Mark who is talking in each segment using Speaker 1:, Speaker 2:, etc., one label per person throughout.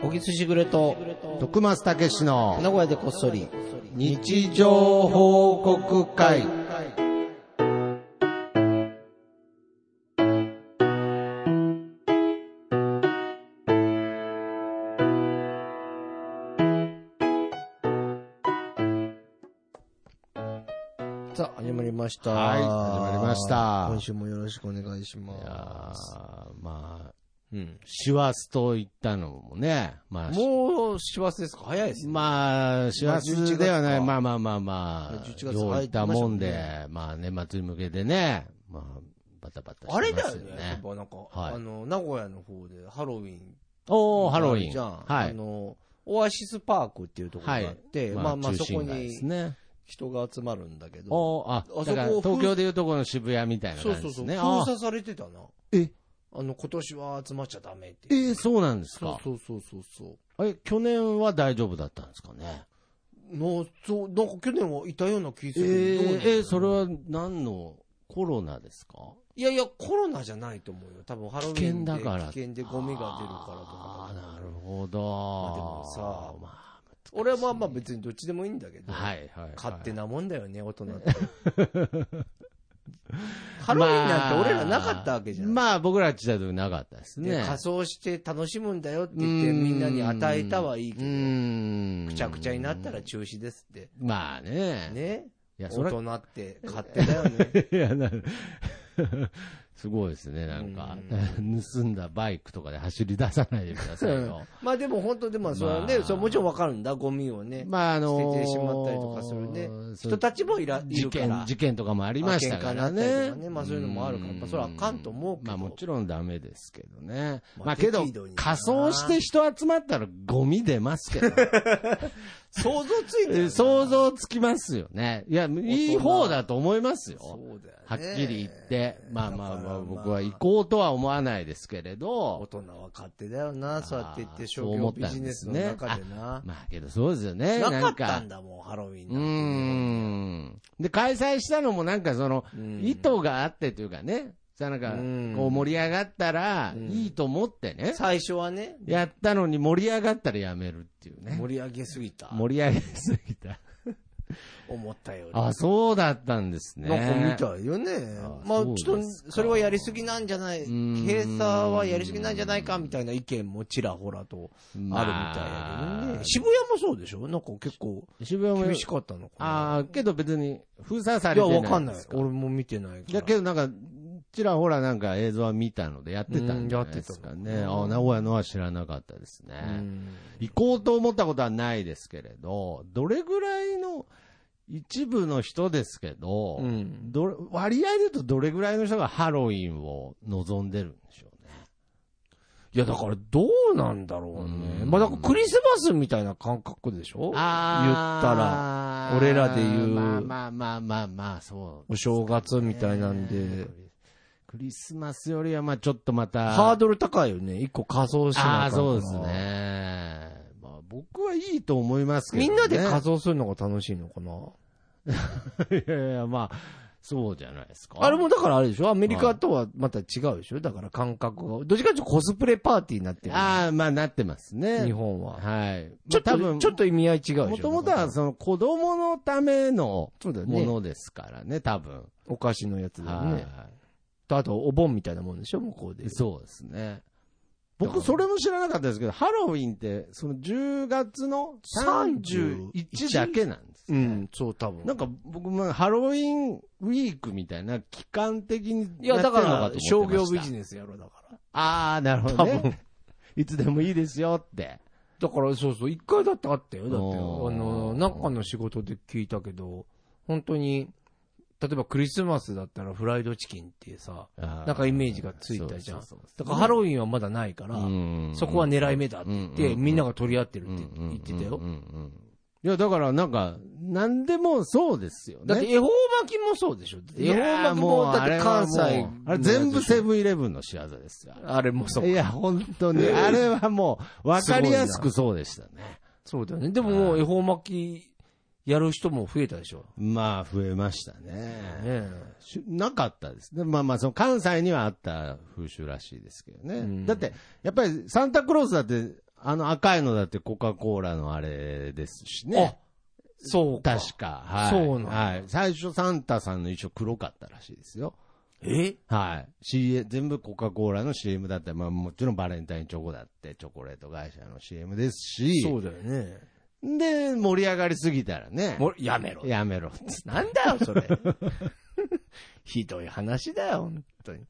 Speaker 1: 小木すしぐれと、
Speaker 2: 徳松たけしの
Speaker 1: 名古屋でこっそり。
Speaker 2: 日常報告会
Speaker 1: さあ、始まりました。
Speaker 2: はい始まりました
Speaker 1: 今週もよろしくお願いし
Speaker 2: いやー
Speaker 1: ます。
Speaker 2: まあ
Speaker 1: うん。
Speaker 2: 師走と言ったのもねまあ
Speaker 1: もう、師走ですか早いですね。
Speaker 2: まあ、師走ではない、
Speaker 1: ま
Speaker 2: まあまあま
Speaker 1: ま
Speaker 2: あま
Speaker 1: あ
Speaker 2: あ、
Speaker 1: 11月
Speaker 2: よういったもんで、
Speaker 1: 入ってま
Speaker 2: まあ年末に向けてね、まあ、バタバタ
Speaker 1: あれ
Speaker 2: してま
Speaker 1: だよ
Speaker 2: すよね。
Speaker 1: ね。やっぱなんか、
Speaker 2: はい
Speaker 1: あの、名古屋の方でハロウィン。
Speaker 2: おー、ハロウィ
Speaker 1: じゃ
Speaker 2: ン
Speaker 1: ん。。
Speaker 2: は
Speaker 1: あ
Speaker 2: い。
Speaker 1: の、オアシスパークっていうところがあって、まあまあそ
Speaker 2: 中
Speaker 1: こ
Speaker 2: 心街です
Speaker 1: に
Speaker 2: ね。
Speaker 1: 人が集まるんだけど、
Speaker 2: おーあ
Speaker 1: あそこ、
Speaker 2: だから
Speaker 1: 封
Speaker 2: 東京でいうとこの渋谷みたいな
Speaker 1: そ
Speaker 2: 感
Speaker 1: うそ
Speaker 2: じで
Speaker 1: う
Speaker 2: す
Speaker 1: そう、
Speaker 2: ね。
Speaker 1: 封
Speaker 2: あ
Speaker 1: 鎖されてたな。
Speaker 2: え
Speaker 1: あの、今年は集まっちゃダメって
Speaker 2: え
Speaker 1: いう。
Speaker 2: ーそうなんです
Speaker 1: そう
Speaker 2: か。
Speaker 1: そうそうそうそう。
Speaker 2: え、去年は大丈夫だったんですかね。
Speaker 1: のそうなんか去年はいたような気がす
Speaker 2: え
Speaker 1: るけどどうなんだろう
Speaker 2: ーえーそれは何のコロナですか
Speaker 1: いやいや、コロナじゃないと思うよ。多分ハロウィンで
Speaker 2: 危険だから。
Speaker 1: 危険でゴミが出るからとか
Speaker 2: ああ、
Speaker 1: だと思
Speaker 2: な
Speaker 1: う
Speaker 2: るほど。
Speaker 1: まあでもさ
Speaker 2: まあ
Speaker 1: 俺はまあまあ別にどっちでもいいんだけど、
Speaker 2: はいはい、はい。
Speaker 1: 勝手なもんだよね、大人って。 ハロウィンなんて俺らなかったわけじゃん。
Speaker 2: まあ僕ら時代となかったです
Speaker 1: で
Speaker 2: ね。
Speaker 1: 仮装して楽しむんだよって言ってみんなに与えたはいいけ
Speaker 2: う
Speaker 1: ど、
Speaker 2: ーん
Speaker 1: くちゃくちゃになったら中止ですって。
Speaker 2: まあね。
Speaker 1: ね
Speaker 2: いや、そ
Speaker 1: 大
Speaker 2: れは、
Speaker 1: 人って勝手だよね。
Speaker 2: いや、なすごいですね、なんか。 盗んだバイクとかで走り出さないでくださいよ。
Speaker 1: まあでも本当でもそれはね、
Speaker 2: まあ
Speaker 1: そうもちろんわかるんだ、ゴミを ね。
Speaker 2: まああのー
Speaker 1: 捨ててしまったりとかするね
Speaker 2: そう
Speaker 1: 人たちもいらい
Speaker 2: 事
Speaker 1: るから。
Speaker 2: 件、事件とかもありましたから
Speaker 1: まあ喧嘩になった
Speaker 2: ね
Speaker 1: りとかねまあそういうのもあるからやっぱそれはあかんと思うけど
Speaker 2: まあもちろんダメですけどね。
Speaker 1: まあ
Speaker 2: まあけど
Speaker 1: 適度に、な
Speaker 2: 仮装して人集まったらゴミ出ますけ ど。
Speaker 1: 想像ついて
Speaker 2: え
Speaker 1: る。
Speaker 2: 想像つきますよね。いや、いい方だと思います
Speaker 1: そ
Speaker 2: よ。
Speaker 1: うだよね。
Speaker 2: はっきり言って。まあま
Speaker 1: だ
Speaker 2: あ
Speaker 1: か
Speaker 2: ま
Speaker 1: ら
Speaker 2: あ、僕は行こうとは思わないですけれ
Speaker 1: 大
Speaker 2: ど。
Speaker 1: 人は勝手だよな、そうやって言って、商
Speaker 2: そう思
Speaker 1: 業
Speaker 2: っ
Speaker 1: ビ
Speaker 2: た
Speaker 1: ジ
Speaker 2: ん
Speaker 1: ネ
Speaker 2: で
Speaker 1: ス
Speaker 2: す
Speaker 1: の
Speaker 2: ね
Speaker 1: 中でな。
Speaker 2: まあけどそうですよね。
Speaker 1: なか
Speaker 2: な
Speaker 1: っ
Speaker 2: ん
Speaker 1: た
Speaker 2: か
Speaker 1: ん。だもん、ハロウィン
Speaker 2: うー
Speaker 1: なん
Speaker 2: ん。で、開催したのもなんかその、
Speaker 1: ん
Speaker 2: 意図があってというかね。さ、なんか
Speaker 1: うん、
Speaker 2: こう盛り上がったら
Speaker 1: うん
Speaker 2: いいと思ってね
Speaker 1: て。。最初はね、
Speaker 2: やったのに盛り上がったらやめるっていうね。
Speaker 1: 盛り上げすぎた。
Speaker 2: 盛り上げすぎた。
Speaker 1: 思ったより。
Speaker 2: あ、そうだったんですね。
Speaker 1: なんか見たいよね
Speaker 2: あ。
Speaker 1: まあ、
Speaker 2: そう
Speaker 1: ちょっ
Speaker 2: です
Speaker 1: と、
Speaker 2: か
Speaker 1: それはやりすぎなんじゃない、
Speaker 2: ん
Speaker 1: 閉鎖はやりすぎなんじゃないかみたいな意見もちらほらとあるみたいやけどね。
Speaker 2: まあ
Speaker 1: 渋谷もそうでしょなんか結構
Speaker 2: 渋谷も
Speaker 1: 厳しかったのかな。
Speaker 2: ああ、けど別に封鎖さ
Speaker 1: い
Speaker 2: れ
Speaker 1: や、
Speaker 2: てない
Speaker 1: わかんない
Speaker 2: です。
Speaker 1: 俺も見てないから。
Speaker 2: だけどなんか、ちらほらなんか映像は見たのでやってたんじゃないですか
Speaker 1: うんやって
Speaker 2: ね。
Speaker 1: た
Speaker 2: ああ、名古屋のは知らなかったです
Speaker 1: う
Speaker 2: ね。
Speaker 1: ん
Speaker 2: 行こうと思ったことはないですけれど、どれぐらいの一部の人ですけど、
Speaker 1: うん。
Speaker 2: どれ割合で言うとどれぐらいの人がハロウィンを望んでるんでしょうね。
Speaker 1: いや、だからどうなんだろうね。
Speaker 2: うん
Speaker 1: まあ、だからクリスマスみたいな感覚でしょ
Speaker 2: あ
Speaker 1: 言ったら俺らで言う
Speaker 2: まあまあまあまあまあ、そう
Speaker 1: お正月みたいなんで。
Speaker 2: クリスマスよりは、まあちょっとまた。
Speaker 1: ハードル高いよね。一個仮装しな
Speaker 2: あ
Speaker 1: あかん
Speaker 2: あ、
Speaker 1: から
Speaker 2: そうです。ね。まあ僕はいいと思いますけど、
Speaker 1: み
Speaker 2: ね。
Speaker 1: んなで仮装するのが楽しいのかな。
Speaker 2: いやいや、まあ、そうじゃないですか。
Speaker 1: あれもだからあれでしょアメリカとはまた違うでしょだから感覚が。どっちかというとコスプレパーティーになってる。
Speaker 2: ああ、まあなってますね。
Speaker 1: 日本は。
Speaker 2: はい。
Speaker 1: ちょっと、
Speaker 2: まあ
Speaker 1: ちょっと意味合い違うでしょ
Speaker 2: もともとは、その子供のための
Speaker 1: そうだよ
Speaker 2: も
Speaker 1: ね。
Speaker 2: のですからね、多分。
Speaker 1: お菓子のやつだよね。
Speaker 2: は
Speaker 1: と、あと、お盆みたいなもんでしょ向こうで
Speaker 2: い。。そうですね。
Speaker 1: だから
Speaker 2: 僕、それも知らなかったですけど、ハロウィンって、その10月の31だけなんです
Speaker 1: う
Speaker 2: ね。
Speaker 1: ん、そう、多分。
Speaker 2: なんか僕もハロウィンウィークみたいな期間的に
Speaker 1: いや、だから、商業ビジ
Speaker 2: ネス。
Speaker 1: ネスやろ、だから。
Speaker 2: ああ、なるほどね。 いつでもいいですよって。
Speaker 1: だから、そうそう、一回だってあったよ。だって、あ
Speaker 2: おー
Speaker 1: の、中の仕事で聞いたけど、本当に、例えばクリスマスだったらフライドチキンってさ、
Speaker 2: な
Speaker 1: なんかイメージがついたじゃん。だからハ
Speaker 2: ハ
Speaker 1: ロウィンはまだないから、
Speaker 2: ロ
Speaker 1: そこは
Speaker 2: ね、
Speaker 1: 狙い目だって言って、
Speaker 2: うん
Speaker 1: みんなが取り合ってるって
Speaker 2: うん
Speaker 1: 言ってたよ。。
Speaker 2: うんうんうんいや、だからなんか、なんでもそうですよね。
Speaker 1: だって恵方巻きもそうでしょ。だって恵方巻きも、だって関西
Speaker 2: あれ
Speaker 1: の
Speaker 2: はもうあれ全部セ
Speaker 1: ブ。
Speaker 2: ブンイレブンの仕業ですよ。
Speaker 1: あれもそう
Speaker 2: い。や、本当に。あれはもう、わかりやすくそうでしたね。
Speaker 1: そうだよね。でももう恵方巻きやる人も増えたでしょ。
Speaker 2: まあ、増えました
Speaker 1: ね
Speaker 2: ね。
Speaker 1: え。
Speaker 2: しなかったですね。まあまあ、その関西にはあった風習らしいですけどね。
Speaker 1: ん
Speaker 2: だって、やっぱりサンタクロースだって、あの赤いのだってコカ・コーラのあれですしね。
Speaker 1: そうか。
Speaker 2: 確か。はい。
Speaker 1: そうなんだ
Speaker 2: はい。最初サンタさんの衣装黒かったらしいですよ。
Speaker 1: え
Speaker 2: はい。CM、全部コカ・コーラの CM だったり、まあもちろんバレンタインチョコだって、チョコレート会社の CM ですし、
Speaker 1: そうだよね。
Speaker 2: で、盛り上がりすぎたらね、
Speaker 1: もうやめろ。
Speaker 2: やめろっつって
Speaker 1: なんだよ、そ れ。ひどい話だよ、本当に。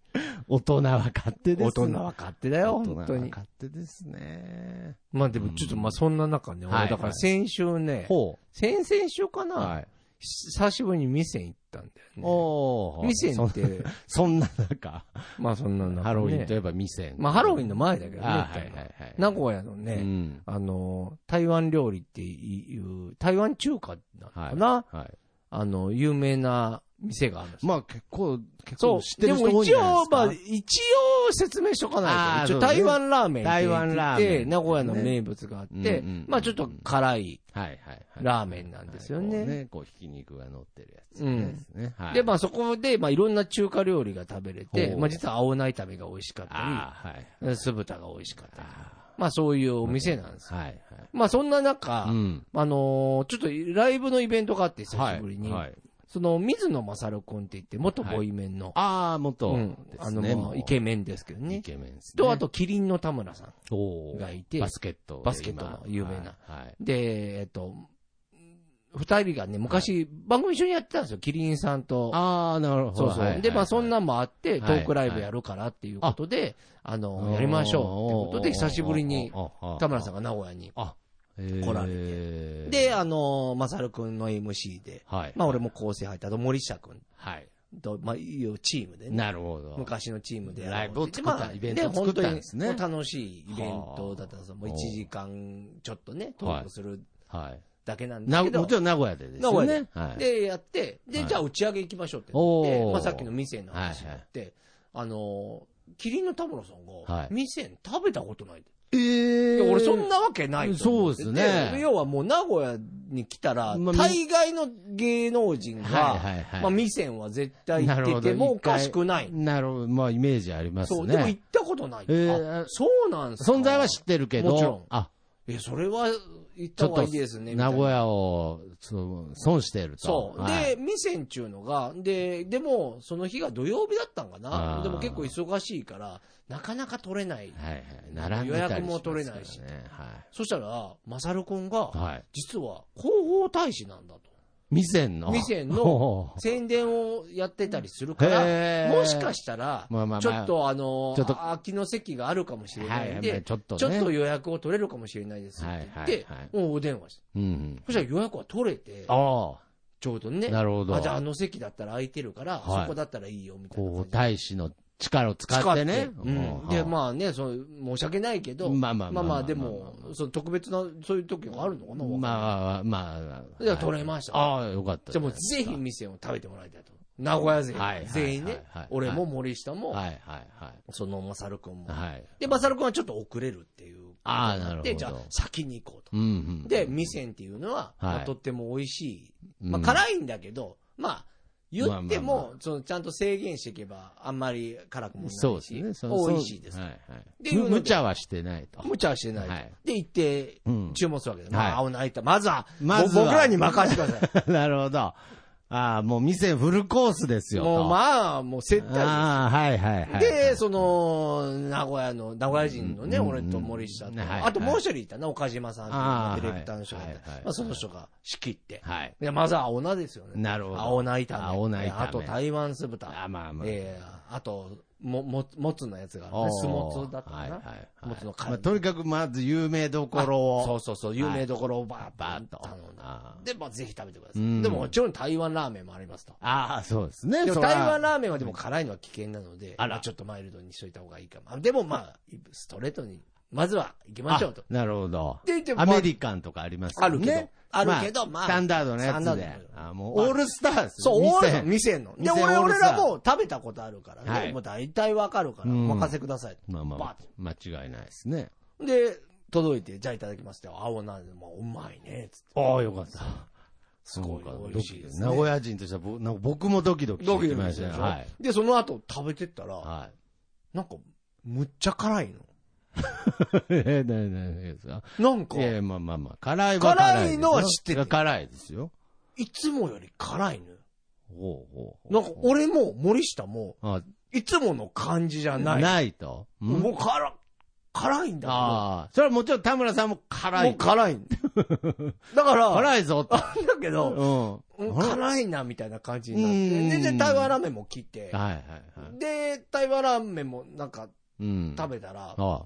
Speaker 2: 大人は勝手で
Speaker 1: 大
Speaker 2: すね
Speaker 1: 人は勝手だよ、本
Speaker 2: 大
Speaker 1: 当
Speaker 2: 人は
Speaker 1: に。
Speaker 2: 勝手ですね。
Speaker 1: まあでもちょっとまあそんな中ね、
Speaker 2: うん
Speaker 1: 俺だか
Speaker 2: はいは
Speaker 1: ら
Speaker 2: い
Speaker 1: 先週ね、
Speaker 2: ほ
Speaker 1: 先々週か
Speaker 2: う。
Speaker 1: な、
Speaker 2: はい。
Speaker 1: 久しぶりに店行ったんだよ
Speaker 2: お
Speaker 1: ね。
Speaker 2: ー。
Speaker 1: 店
Speaker 2: そ
Speaker 1: っ
Speaker 2: ん
Speaker 1: て、
Speaker 2: そんな中、
Speaker 1: まあそんな中、ね、
Speaker 2: ハロウィンといえば店。
Speaker 1: まあハロウィン
Speaker 2: の
Speaker 1: の前だけどね、
Speaker 2: あ
Speaker 1: 行
Speaker 2: ーは
Speaker 1: っ
Speaker 2: い
Speaker 1: たの
Speaker 2: はいはい。
Speaker 1: 名古屋のね、
Speaker 2: うん。
Speaker 1: あの、台湾料理っていう、台湾中華なのかな、
Speaker 2: はい。
Speaker 1: あの、有名な店があるんですよ
Speaker 2: まあ結構、結
Speaker 1: そ
Speaker 2: 構
Speaker 1: う。
Speaker 2: 知ってる
Speaker 1: でも
Speaker 2: 人多いん
Speaker 1: 一
Speaker 2: じゃないで
Speaker 1: 応、
Speaker 2: す
Speaker 1: ま
Speaker 2: か。
Speaker 1: あ、一応説明しとかないと。
Speaker 2: あー
Speaker 1: 一応、
Speaker 2: そうね
Speaker 1: 台湾ラーメンって
Speaker 2: 台
Speaker 1: 言
Speaker 2: 湾
Speaker 1: っ
Speaker 2: ラーメ
Speaker 1: て、
Speaker 2: ン
Speaker 1: 名古屋の名物があっ
Speaker 2: ね
Speaker 1: て
Speaker 2: うんうんうん、
Speaker 1: まあちょっと辛い。
Speaker 2: はいはいはい。
Speaker 1: ラーメンなんですよね
Speaker 2: はいこうね、こう、ひき肉が乗ってるやつですね。はい。
Speaker 1: で、まあそこで、まあいろんな中華料理が食べれて
Speaker 2: ほ、う
Speaker 1: まあ実は青菜炒めが美味しかった
Speaker 2: ああ、はい。
Speaker 1: り、酢豚が美味しかったり、
Speaker 2: あ
Speaker 1: まあそういうお店なんですよ。
Speaker 2: あ、はい
Speaker 1: まあそんな
Speaker 2: はい。
Speaker 1: 中
Speaker 2: う、ん。
Speaker 1: あのー、ちょっとライブのイベントがあって、久しぶりに
Speaker 2: はい。はい
Speaker 1: その、水野勝君って言って、元ボイメンの、
Speaker 2: ああ、元
Speaker 1: うん
Speaker 2: で
Speaker 1: あ
Speaker 2: す
Speaker 1: の、
Speaker 2: ね。
Speaker 1: ま
Speaker 2: も
Speaker 1: あ
Speaker 2: う
Speaker 1: イケメンですけどね
Speaker 2: イ。ケメンですね。
Speaker 1: と、あと、キリンの田村さん。
Speaker 2: おー、
Speaker 1: がいて
Speaker 2: バスケットで今。
Speaker 1: バスケットの有名な
Speaker 2: はい。はい。
Speaker 1: で、えっと、二人がね、昔、番組一緒にやってたんですよ。キリンさんと。
Speaker 2: ああ、なるほど。
Speaker 1: そうそう。
Speaker 2: はい
Speaker 1: で、まあ、そん。
Speaker 2: はい
Speaker 1: なんもあって、
Speaker 2: い
Speaker 1: トークライブやるからっていうことで、あの、やりましょうってことで、久しぶりに、田村さん
Speaker 2: ん
Speaker 1: が名古屋に。
Speaker 2: 来
Speaker 1: 来られて
Speaker 2: て
Speaker 1: で、、あの、まさるくんの MC で、
Speaker 2: はい。
Speaker 1: まあ、俺も構成入った、あと森下くん
Speaker 2: はい。
Speaker 1: と、まあ、いうチームでね。
Speaker 2: なるほど。
Speaker 1: 昔のチームでやろう
Speaker 2: ライブを作った
Speaker 1: まあ
Speaker 2: イベントを作ったんですね
Speaker 1: 本当にもう楽しいイベントだったんですよ。もう1時間ちょっとね、トークする
Speaker 2: はい。
Speaker 1: だけなんです
Speaker 2: な
Speaker 1: けど。
Speaker 2: もちろん名古屋でです
Speaker 1: 名
Speaker 2: よ
Speaker 1: 古屋
Speaker 2: ね。はい。
Speaker 1: で、やって、で、
Speaker 2: はい
Speaker 1: じゃあ打ち上げ行きましょうってなって、
Speaker 2: おー
Speaker 1: まあ、さっきの店の話になって、あのー、キリンの田村さん
Speaker 2: は
Speaker 1: が
Speaker 2: い、
Speaker 1: 店食べたことないって。
Speaker 2: え
Speaker 1: い
Speaker 2: ー
Speaker 1: や俺そんなわけないと思って
Speaker 2: そうですね
Speaker 1: 要はもう名古屋に来たら、
Speaker 2: まあみ
Speaker 1: 大概の芸能人が、
Speaker 2: はいはいはい
Speaker 1: まあ、店は絶対行っててもおかしくない。
Speaker 2: なるほど。まあ、イメージありますね。
Speaker 1: そう、でも行ったことない。
Speaker 2: えー
Speaker 1: あそうなんすか
Speaker 2: 存在は知ってるけど、
Speaker 1: もちろん
Speaker 2: あ、
Speaker 1: え、それは行っ
Speaker 2: ち
Speaker 1: た
Speaker 2: ょ
Speaker 1: 方
Speaker 2: っ
Speaker 1: が
Speaker 2: と
Speaker 1: いいですね。みたいな
Speaker 2: 名古屋をそう損していると。
Speaker 1: そう。
Speaker 2: は
Speaker 1: で、
Speaker 2: い
Speaker 1: 店っちゅうのが、で、でも、その日が土曜日だったんかな
Speaker 2: あ。ー
Speaker 1: でも結構忙しいから、なかなか取れない。
Speaker 2: はいはい。並んでたりしますからね
Speaker 1: 予約も取れないし
Speaker 2: は
Speaker 1: そしたら、マサル君が
Speaker 2: い。、はい。
Speaker 1: 実は広報大使なんだと。
Speaker 2: 店の。
Speaker 1: 店の
Speaker 2: お ー
Speaker 1: 宣伝をやってたりするから、
Speaker 2: へー
Speaker 1: もしかしたら、
Speaker 2: まあまあまあ
Speaker 1: ちょっとあの
Speaker 2: ちょっと
Speaker 1: あ空きの席があるかもしれないん
Speaker 2: はいは
Speaker 1: で、
Speaker 2: いちょっとね
Speaker 1: ちょっと予約を取れるかもしれないですって言って
Speaker 2: はいはいは、
Speaker 1: もうお電話して。
Speaker 2: うんうん。
Speaker 1: そしたら予約は取れて、
Speaker 2: あ
Speaker 1: ちょうどね。
Speaker 2: あ、なるほど。
Speaker 1: あじゃああの席だったら空いてるから、
Speaker 2: はい
Speaker 1: そこだったらいいよ、みたいな感じで。
Speaker 2: こう、大使の力を使ってね。
Speaker 1: うん、で、
Speaker 2: あ、
Speaker 1: まあね、その申し訳ないけど、ま
Speaker 2: ま
Speaker 1: あ
Speaker 2: あ
Speaker 1: ま
Speaker 2: ま
Speaker 1: あ、まあ
Speaker 2: あまあまあ
Speaker 1: でも、その特別な、そういう時があるのかな、あ、
Speaker 2: まあ、まあ、
Speaker 1: じゃあ取れました
Speaker 2: ああ、よかった
Speaker 1: じゃあもう
Speaker 2: です。
Speaker 1: ぜひ店を食べてもらいたいと。名古屋勢、
Speaker 2: はいはい
Speaker 1: 全員
Speaker 2: は
Speaker 1: ね
Speaker 2: いはい、
Speaker 1: 俺も森下も、
Speaker 2: はいはいはい。
Speaker 1: そのマサル君も。
Speaker 2: はい。
Speaker 1: で、マサル君はちょっと遅れるっていう。
Speaker 2: ああ、なるほ
Speaker 1: で、
Speaker 2: ど。
Speaker 1: じゃあ先に行こうと。
Speaker 2: うんうん。
Speaker 1: で、ミセンっていうのは、まあ
Speaker 2: はい
Speaker 1: とっても美味しい。
Speaker 2: うん
Speaker 1: まあ、辛いんだけど、まあ、言って
Speaker 2: まあまあ
Speaker 1: も、そのちゃんと制限していけば、あんまり辛くも
Speaker 2: そう
Speaker 1: ない
Speaker 2: です
Speaker 1: し、
Speaker 2: ね。その
Speaker 1: 美味しいです。
Speaker 2: はいはい。
Speaker 1: ていうので
Speaker 2: む無茶はしてないと。
Speaker 1: 無茶はしてないと。
Speaker 2: はい
Speaker 1: で、行って
Speaker 2: うん、
Speaker 1: 注文するわけです。
Speaker 2: はい
Speaker 1: まあ、青菜炒め。まずは、
Speaker 2: まずは
Speaker 1: ぼ僕らに任せてくださ
Speaker 2: なるほど。ああ、もう店フルコースです
Speaker 1: い。
Speaker 2: よ。
Speaker 1: もう、
Speaker 2: あ、
Speaker 1: まあ、もう接待
Speaker 2: ああ、はいはいは
Speaker 1: です。
Speaker 2: い。
Speaker 1: で、その、名古屋の、名古屋人のね、
Speaker 2: うん
Speaker 1: 俺と森下と、
Speaker 2: はいはい
Speaker 1: あともう一人いたな、岡島さん
Speaker 2: あ
Speaker 1: っ
Speaker 2: ー
Speaker 1: ていうディレクターの人がいて
Speaker 2: はいはいはい
Speaker 1: まあ、その人が仕切って。
Speaker 2: はい。
Speaker 1: で、まずは青菜ですよね。
Speaker 2: なるほど。
Speaker 1: 青菜炒め。
Speaker 2: 青菜炒め
Speaker 1: あと台湾酢豚。
Speaker 2: あまあまあ。
Speaker 1: えーあと、も、も、もつのやつがある
Speaker 2: お
Speaker 1: ね。
Speaker 2: ー
Speaker 1: 酢もつだったか
Speaker 2: はいは
Speaker 1: な。
Speaker 2: いはい
Speaker 1: もつのカ
Speaker 2: ま
Speaker 1: レ
Speaker 2: あ
Speaker 1: ー。
Speaker 2: とにかくまず有名どころを。
Speaker 1: そうそうそう、有名どころをバー
Speaker 2: バ
Speaker 1: バー
Speaker 2: ーッ
Speaker 1: ッ
Speaker 2: と
Speaker 1: と頼んだ。
Speaker 2: あ
Speaker 1: で、まあ、ぜひ食べてくださ
Speaker 2: う
Speaker 1: い。
Speaker 2: ん
Speaker 1: でも、もちろん台湾ラーメンもありますと。
Speaker 2: あ、そうですね。
Speaker 1: でも、
Speaker 2: そら
Speaker 1: 台湾ラーメンはでも辛いのは危険なので、
Speaker 2: あら
Speaker 1: まちょっとマイルドにしといた方がいいかも。でも、まあ、ストレートに、まずは行きましょうと。
Speaker 2: あなるほど。
Speaker 1: ででも
Speaker 2: アメリカンとかあります
Speaker 1: あ
Speaker 2: よ
Speaker 1: るけど
Speaker 2: ね。、
Speaker 1: あるけど、まあ。
Speaker 2: スタンダードのや
Speaker 1: スタ
Speaker 2: つ
Speaker 1: ンダ
Speaker 2: で
Speaker 1: ード。
Speaker 2: あもう
Speaker 1: まあ
Speaker 2: オールスターですよ。
Speaker 1: そう、
Speaker 2: 店
Speaker 1: 俺の、店の。で、
Speaker 2: 店
Speaker 1: 俺、
Speaker 2: オー
Speaker 1: 俺
Speaker 2: ルスター
Speaker 1: らも食べたことあるからね。
Speaker 2: はい
Speaker 1: もう大体わかるから、
Speaker 2: うん
Speaker 1: お任せくださいと。
Speaker 2: まあまあ
Speaker 1: バーッ
Speaker 2: まあ、間違いないですね。
Speaker 1: とで、届いて、じゃあいただきますって、青なんで、まあ、うまいね、つって。
Speaker 2: ああ、よか った。
Speaker 1: すごい美味しいですね
Speaker 2: 名古屋人としてはぼ、なんか僕もドキドキしてきました
Speaker 1: で
Speaker 2: よ。
Speaker 1: しょ
Speaker 2: はい。
Speaker 1: で、その後食べてったら、
Speaker 2: はい。
Speaker 1: なんか、むっちゃ辛いの。
Speaker 2: え、 な、な、な、ですか
Speaker 1: なんか
Speaker 2: い、や、まあまあまあ、辛いは辛い
Speaker 1: 辛
Speaker 2: ですよ。
Speaker 1: いのは知ってて
Speaker 2: 辛いですよ。
Speaker 1: いつもより辛いのよ。
Speaker 2: ほうほう
Speaker 1: なんか、俺も森下も、
Speaker 2: あ、
Speaker 1: いつもの感じじゃない。
Speaker 2: ないと。ん
Speaker 1: もう辛、辛いんだ
Speaker 2: ああ、それはもちろん田村さんも
Speaker 1: けど、
Speaker 2: 辛
Speaker 1: もう
Speaker 2: い。
Speaker 1: 辛いんだ。 だから、
Speaker 2: 辛いぞって。
Speaker 1: なんだけ
Speaker 2: う
Speaker 1: ど、
Speaker 2: ん。は
Speaker 1: うん辛いなみたいな感じになって、
Speaker 2: うん
Speaker 1: でで、台湾ラーメンも来て
Speaker 2: い、はいはい。
Speaker 1: で、台湾ラーメンもなんか
Speaker 2: うん。
Speaker 1: 食べたら、
Speaker 2: あ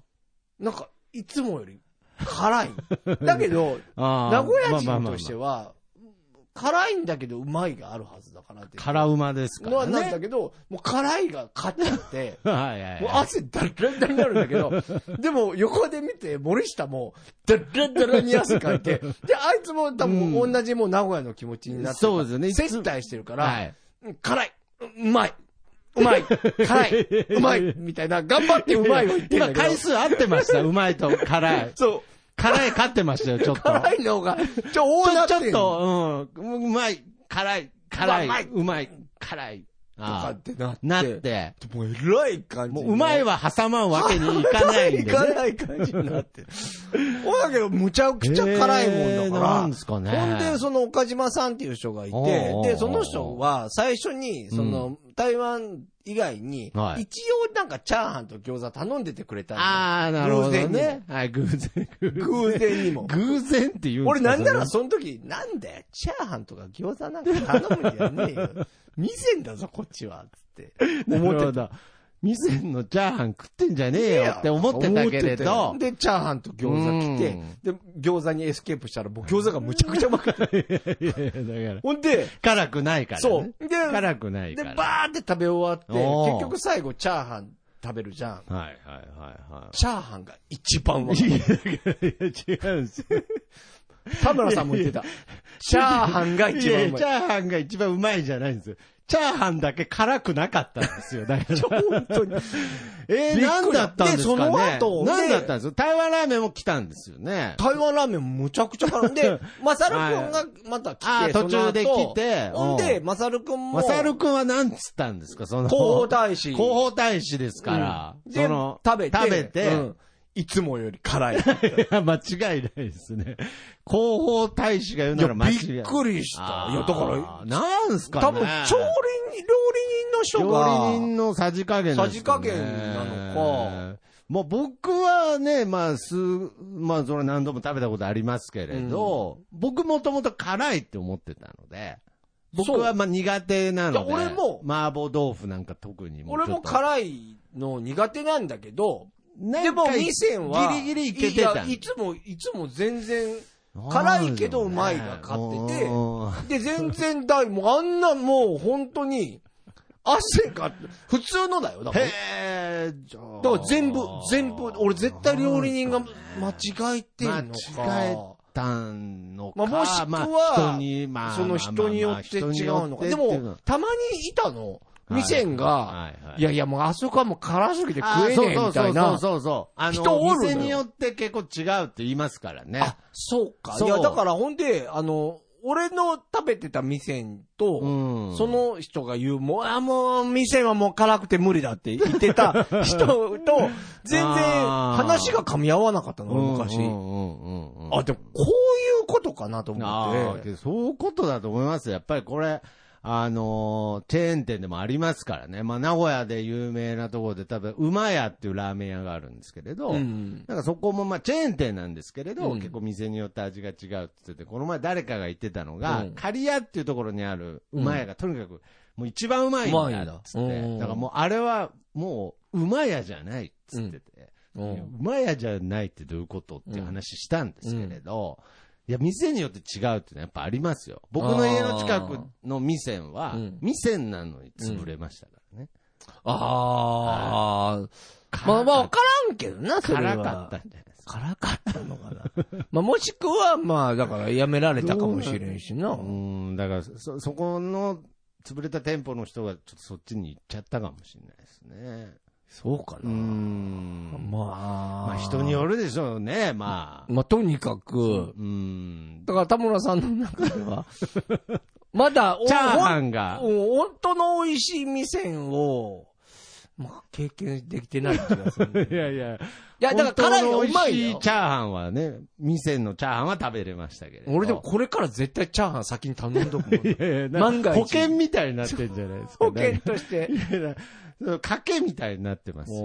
Speaker 1: なんか、いつもより辛 い。だけど、
Speaker 2: あ。
Speaker 1: 名古屋人として
Speaker 2: は。
Speaker 1: は、辛いんだけどうまいがあるはずだからって。
Speaker 2: 辛馬ですか
Speaker 1: のは
Speaker 2: らね。
Speaker 1: なんだけど、もう辛いが勝っちゃ って、
Speaker 2: はいはいはい。
Speaker 1: もう汗だらだらになるんだけ ど、でも横で見て、森下も、だらだらに汗かいて、で、あいつも多
Speaker 2: う
Speaker 1: 分
Speaker 2: ん
Speaker 1: 同じもう名古屋の気持ちになって、
Speaker 2: そうですねいつ
Speaker 1: 接待してるから、
Speaker 2: はい。
Speaker 1: うん辛い、ううまい、うまい、辛い、 うまい、みたいな、頑張ってうまいを言ってんだ
Speaker 2: 今
Speaker 1: けど
Speaker 2: 回数合ってました。うまいと辛い。
Speaker 1: そう、
Speaker 2: 辛い勝ってましたよ、ちょっと。
Speaker 1: 辛いの方が、ちょ、多なっ
Speaker 2: ち
Speaker 1: て
Speaker 2: ょ
Speaker 1: ん
Speaker 2: ちょっと、うん。うまい、辛い、辛
Speaker 1: うまい
Speaker 2: い、うまい、辛い。
Speaker 1: とか
Speaker 2: あ
Speaker 1: ってなって、
Speaker 2: あ。なって。
Speaker 1: もう偉い感じ
Speaker 2: も
Speaker 1: に。
Speaker 2: ううまいは挟まんわけにいかないんで、ね。
Speaker 1: いかない感じになってる。ほだけど、むちゃくちゃ辛いもんだから。
Speaker 2: えーなんですかね。
Speaker 1: ほんで、その岡島さんっていう人がい
Speaker 2: おうおう
Speaker 1: て
Speaker 2: おう、
Speaker 1: で、その人は最初に、その、台湾以外に、
Speaker 2: はい
Speaker 1: 一応なんかチャーハンと餃子頼んでてくれたんだよ
Speaker 2: ああ、なるほど
Speaker 1: 偶然
Speaker 2: ね。はい、偶然。
Speaker 1: 偶然にも。
Speaker 2: 偶然って言うんですか
Speaker 1: 俺なんなら
Speaker 2: そ
Speaker 1: その時、なんだよ、チャーハンとか餃子なんか頼むんじゃねえよ。見せんだぞ、こっちは、つって。
Speaker 2: れ
Speaker 1: 思ってた
Speaker 2: なるほど。店のチャーハン食ってんじゃねえよって思ってたけれど
Speaker 1: 思っ。ててで、チャーハンと餃子来て、で、餃子にエスケープしたら、もう餃子がむちゃくちゃうまくて。
Speaker 2: いやいやだか
Speaker 1: ほんで、
Speaker 2: ら、辛くないから、ね。
Speaker 1: そう。。で、
Speaker 2: 辛くない
Speaker 1: で
Speaker 2: から。、
Speaker 1: バーって食べ終わって、
Speaker 2: おー
Speaker 1: 結局最後チャーハン食べるじゃん。
Speaker 2: はいはいはいは
Speaker 1: チャーハンが一番うま
Speaker 2: い。
Speaker 1: い
Speaker 2: いや、違うんですよ。
Speaker 1: 田村さんも言ってた。チャーハンが一番う
Speaker 2: いや
Speaker 1: ま
Speaker 2: チ
Speaker 1: い。
Speaker 2: ャーハンが一番うまいじゃないんですよ。チャーハンだけ辛くなかったんですよ。だから。
Speaker 1: 本当 に。
Speaker 2: えー、なんだったんですかね
Speaker 1: でその後で
Speaker 2: なんだったんですか台湾ラーメンも来たんですよね。
Speaker 1: 台湾ラーメンむちゃくちゃ辛い。で、マサルくんがまた来
Speaker 2: は
Speaker 1: て、
Speaker 2: い
Speaker 1: その後
Speaker 2: あー途中で来て
Speaker 1: ほんで、
Speaker 2: う
Speaker 1: マサルくんも、
Speaker 2: まさるくんはなんつったんですかその。
Speaker 1: 広報大使。
Speaker 2: 広報大使ですから。
Speaker 1: うんで
Speaker 2: その、
Speaker 1: 食べて、
Speaker 2: 食べて、
Speaker 1: うんいつもより辛い。
Speaker 2: いや、間違いないですね。広報大使が言う
Speaker 1: い
Speaker 2: な
Speaker 1: や、
Speaker 2: ら間違
Speaker 1: び
Speaker 2: い
Speaker 1: っくりした。いや、だから
Speaker 2: あ、ーなんすかね。
Speaker 1: 多分、調理人、料理人の人が、
Speaker 2: 料理人のさじ加減ですかね
Speaker 1: さじ加減なの
Speaker 2: か。もう僕はね、まあ、す、まあ、それは何度も食べたことありますけれど、僕もともと辛いって思ってたので、僕はまあ苦手なの
Speaker 1: い
Speaker 2: で、
Speaker 1: や俺も
Speaker 2: 麻婆豆腐なんか特に
Speaker 1: 俺も辛いの苦手なんだけど、
Speaker 2: い
Speaker 1: でも店は、
Speaker 2: ギリギリいけてた
Speaker 1: いやいつも、いつも全然、辛いけどうまいが勝っててで、
Speaker 2: て
Speaker 1: 全然大、もうあんなもう本当に、汗か、普通のだよ、だから。
Speaker 2: へ
Speaker 1: だ
Speaker 2: え、じゃあ。
Speaker 1: から全部、全部、俺絶対料理人が間違えてる
Speaker 2: 間
Speaker 1: の
Speaker 2: 違え
Speaker 1: か。
Speaker 2: たのか。
Speaker 1: まあもしくは
Speaker 2: 人に、まあ、
Speaker 1: その人によって違うのか。でも、たまにいたの。店が、いやいやもうあそこはもう辛すぎて食えねえみたい
Speaker 2: そう
Speaker 1: な。
Speaker 2: そうそう。あの、
Speaker 1: 人おるのよ
Speaker 2: 店によって結構違うって言いますからね。
Speaker 1: あ、そうか。い
Speaker 2: そう
Speaker 1: や、だからほんで、あの、俺の食べてた店と、
Speaker 2: うん
Speaker 1: そ、の人が言う、もう、あ、もう、店はもう辛くて無理だって言ってた人と、 全然
Speaker 2: あー
Speaker 1: 話が噛み合わなかったの、
Speaker 2: うん
Speaker 1: 昔。
Speaker 2: うんうんうんうん
Speaker 1: あ、でも、こういうことかなと
Speaker 2: あ
Speaker 1: 思
Speaker 2: あ
Speaker 1: って。
Speaker 2: けどそういうことだと思いますよやっぱりこれ、あのーチェーン店でもありますからね。まあ、名古屋で有名なところで、多分、馬屋っていうラーメン屋があるんですけれど、
Speaker 1: うん。
Speaker 2: なんかそこもまあチェーン店なんですけれど、
Speaker 1: うん
Speaker 2: 結構店によって味が違うって言ってて、この前誰かが言ってたのが、
Speaker 1: うん
Speaker 2: 刈谷っていうところにあるうまい屋がとにかくもう一番うまいん
Speaker 1: うまいん
Speaker 2: だ
Speaker 1: だ
Speaker 2: っつっ
Speaker 1: う
Speaker 2: て、
Speaker 1: ん
Speaker 2: だからもうあれはもううまい屋じゃないっつってて、
Speaker 1: う
Speaker 2: いや
Speaker 1: ん
Speaker 2: うまい屋じゃないってどういうことっていう話したんですけれど、いや、店によって違うっていうのはやっぱありますよ。僕の家の近くの店は
Speaker 1: うん、
Speaker 2: 店なのに潰れましたからね。
Speaker 1: ああ、まあまあ、わからんけどな、それは。
Speaker 2: 辛かったんじゃないですか。
Speaker 1: 辛かったのかな。 まあ、もしくは、まあ、だから、やめられたかもしれんしな。
Speaker 2: うん、だからそ、そこの潰れた店舗の人がちょっとそっちに行っちゃったかもしれないですね。
Speaker 1: そうか
Speaker 2: う
Speaker 1: な。
Speaker 2: ん。
Speaker 1: まあ、
Speaker 2: まあ人によるでしょうね、まあ。
Speaker 1: まあ、とにかく、
Speaker 2: うん。
Speaker 1: だから田村さんの中で は、まだ、お
Speaker 2: チャーハンが
Speaker 1: ほん。本当の美味しい店を、まあ、経験できてない気がするん だよ
Speaker 2: いやいや。い
Speaker 1: いや、だから辛いのう
Speaker 2: 美味
Speaker 1: まい
Speaker 2: し
Speaker 1: ん
Speaker 2: い
Speaker 1: よ
Speaker 2: チ。ャーハンはね、店のチャーハンは食べれましたけれど。
Speaker 1: 俺でもこれから絶対チャーハン先に頼んどくもん
Speaker 2: いやいや、なん
Speaker 1: 万
Speaker 2: か
Speaker 1: が一
Speaker 2: 保険みたいになってんじゃないですか。
Speaker 1: 保険として。
Speaker 2: いやいやその賭けみたいになってますよ。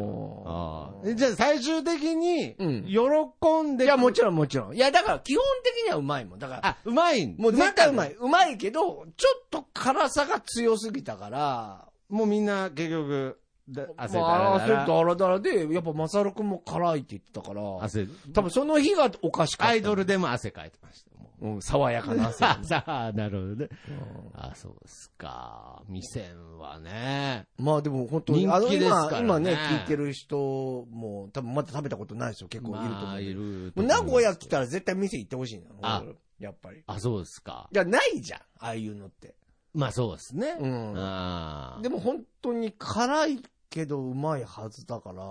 Speaker 2: あ
Speaker 1: も
Speaker 2: あえじゃあ最終的に、
Speaker 1: うん
Speaker 2: 喜ん
Speaker 1: う
Speaker 2: で、
Speaker 1: いや、もちろんもちろん。いや、だから基本的にはうまいもん。だから、
Speaker 2: あ、うまいん
Speaker 1: もう絶対うまい。
Speaker 2: 中で
Speaker 1: うまいけど、ちょっと辛さが強すぎたから、
Speaker 2: もうみんな結局、だ汗だ
Speaker 1: まあ
Speaker 2: らだ
Speaker 1: 汗
Speaker 2: ら。
Speaker 1: だらだらで、やっぱマサル君も辛いって言ってたから、
Speaker 2: 汗、
Speaker 1: 多分その日がおかしかった。
Speaker 2: アイドルでも汗かいてました。もう
Speaker 1: うん、爽やかな汗。
Speaker 2: あ さあ、なるほどね。あ、そうですか。店はね。
Speaker 1: まあでも本当に、
Speaker 2: 人
Speaker 1: あの
Speaker 2: 気ですから
Speaker 1: 今
Speaker 2: ね、
Speaker 1: 今ね、聞いてる人も、多分まだ食べたことないですよ、結構いると思う。
Speaker 2: まあいると
Speaker 1: もう
Speaker 2: 思い
Speaker 1: 名
Speaker 2: ます
Speaker 1: 古屋来たら絶対店行ってほしいな。
Speaker 2: あ
Speaker 1: やっぱり。
Speaker 2: あ、そうですか。
Speaker 1: じゃないじゃん、ああいうのって。
Speaker 2: まあそうですね。
Speaker 1: うん
Speaker 2: ああ。
Speaker 1: でも本当に辛いけどうまいはずだから。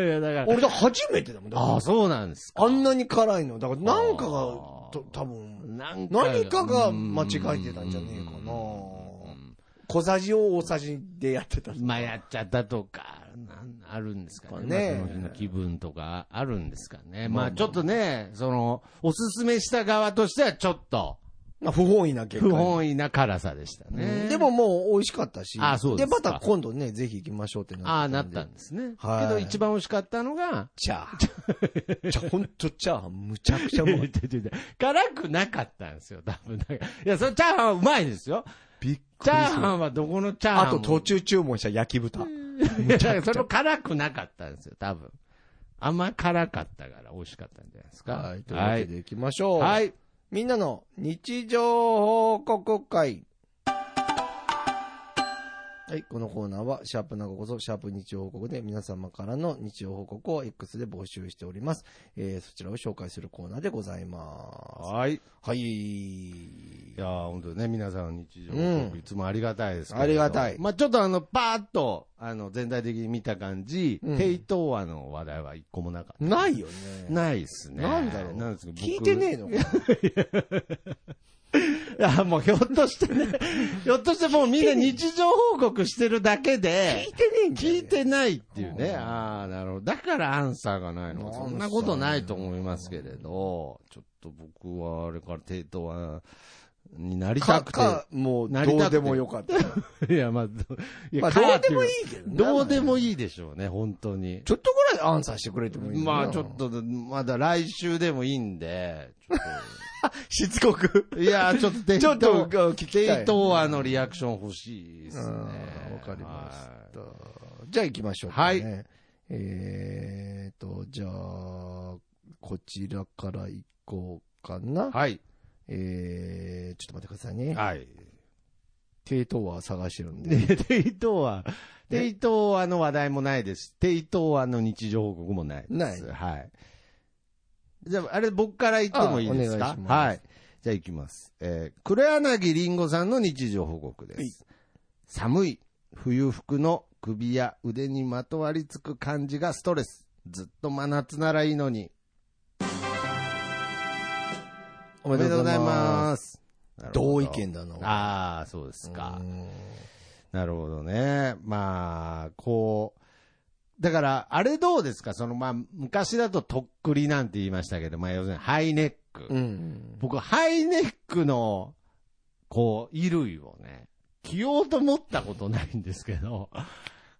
Speaker 2: いや、だから。
Speaker 1: 俺だから初めてだもん。だから
Speaker 2: ああ、そうなんですか。
Speaker 1: あんなに辛いの。だからなんかが
Speaker 2: あー、
Speaker 1: と多分、
Speaker 2: なんか
Speaker 1: 何かが間違えてたんじゃねえかな小さじを大さじでやってた。
Speaker 2: まあやっちゃったとか、なんあるんですかね。
Speaker 1: ね
Speaker 2: まあその日の気分とか、あるんですかね。
Speaker 1: まあ
Speaker 2: まあちょっとね、その、おすすめした側としてはちょっと、
Speaker 1: まあ不本意な結果
Speaker 2: 不
Speaker 1: に。
Speaker 2: 本意な辛さでしたね。
Speaker 1: でも、もう美味しかったし。
Speaker 2: あそうですか
Speaker 1: また今度ね、ぜひ行きましょうってな
Speaker 2: ああ、なったんですね。
Speaker 1: はい
Speaker 2: けど一番美味しかったのが、
Speaker 1: チャー ハン。チャほんとチャーハンむちゃくちゃうま
Speaker 2: いや
Speaker 1: い。
Speaker 2: いやいや辛くなかったんですよ、多分。だからいや、そのチャーハンはうまいですよ。
Speaker 1: びっく
Speaker 2: チャーハンはどこのチャーハン
Speaker 1: あ
Speaker 2: も
Speaker 1: と途中注文した焼き豚。
Speaker 2: いや、だからそれも辛くなかったんですよ、多分。あんま辛かったから美味しかったんじゃないですか。
Speaker 1: はい。というわけで行きましょう。
Speaker 2: はい。はい
Speaker 1: みんなの日常報告会。はい、このコーナーは、シャープなごこそ、シャープ日常報告で皆様からの日常報告を X で募集しております。えー、そちらを紹介するコーナーでございます。
Speaker 2: はい。い
Speaker 1: はい。
Speaker 2: やー、本当ね、皆さんの日常、
Speaker 1: うん
Speaker 2: いつもありがたいですけれど
Speaker 1: ありがたい
Speaker 2: まあちょっとあの、パーッと、あの、全体的に見た感じ、
Speaker 1: うん
Speaker 2: テイトーアの話題は一個もなかった。
Speaker 1: ないよね。
Speaker 2: ないっすね。
Speaker 1: なんだろう。
Speaker 2: なんですか僕
Speaker 1: 聞いてねえのかな。
Speaker 2: いや、もうひょっとしてね、ひょっとしてもうみんな日常報告してるだけ
Speaker 1: 聞
Speaker 2: で
Speaker 1: い、てねえんだよ
Speaker 2: 聞
Speaker 1: ね
Speaker 2: いてないっていうね。
Speaker 1: うん
Speaker 2: ああ、なるほど。だからアンサーがないのか。そんなことないと思いますけれど、ちょっと僕はあれから帝都は、になりた
Speaker 1: か、
Speaker 2: く
Speaker 1: か、もう、
Speaker 2: なりたく
Speaker 1: ど
Speaker 2: て
Speaker 1: うでもよかった。
Speaker 2: て。いや、まあ、どいや
Speaker 1: まあ、
Speaker 2: か
Speaker 1: ど
Speaker 2: ー
Speaker 1: う
Speaker 2: って
Speaker 1: で
Speaker 2: い
Speaker 1: もいいけどね
Speaker 2: どうでもいいでしょうね、本当に。
Speaker 1: ちょっとぐらいアンサーしてくれてもいい
Speaker 2: まあ、ちょっ
Speaker 1: と。
Speaker 2: と、まだ来週でもいいんで、ちょっ
Speaker 1: しつこく。
Speaker 2: とい や、ちょっと帝
Speaker 1: ちょ
Speaker 2: 都、
Speaker 1: っと聞きた
Speaker 2: 帝
Speaker 1: い。
Speaker 2: 都はあのリアクション欲しいですね。
Speaker 1: うんわかりました。じゃあ行きましょうか、ね。
Speaker 2: はい。
Speaker 1: えーと、じゃあ、こちらから行こうかな。
Speaker 2: はい。
Speaker 1: えー、ちょっと待ってくださいね。
Speaker 2: はい。
Speaker 1: テイトは探してるんで。
Speaker 2: で、 テイトーは、テイトーはの話題もないです。テイトーはの日常報告もないです。
Speaker 1: ない
Speaker 2: はい。じゃあ、あれ僕から言ってもいいです
Speaker 1: あお願い
Speaker 2: か
Speaker 1: します
Speaker 2: はい。じゃあ行きます。えー、黒柳りんごさんの日常報告です。
Speaker 1: はい
Speaker 2: 寒い冬服の首や腕にまとわりつく感じがストレス。ずっと真夏ならいいのに。
Speaker 1: お
Speaker 2: おめでとうござい
Speaker 1: す。
Speaker 2: ます。
Speaker 1: 同意見だな。
Speaker 2: ああ、そうですか。
Speaker 1: うん
Speaker 2: なるほどね。まあ、こう、だから、あれどうですかその、まあ、昔だととっくりなんて言いましたけど、まあ、要するにハイネック。
Speaker 1: うん。
Speaker 2: 僕、ハイネックの、こう、衣類をね、着ようと思ったことないんですけど、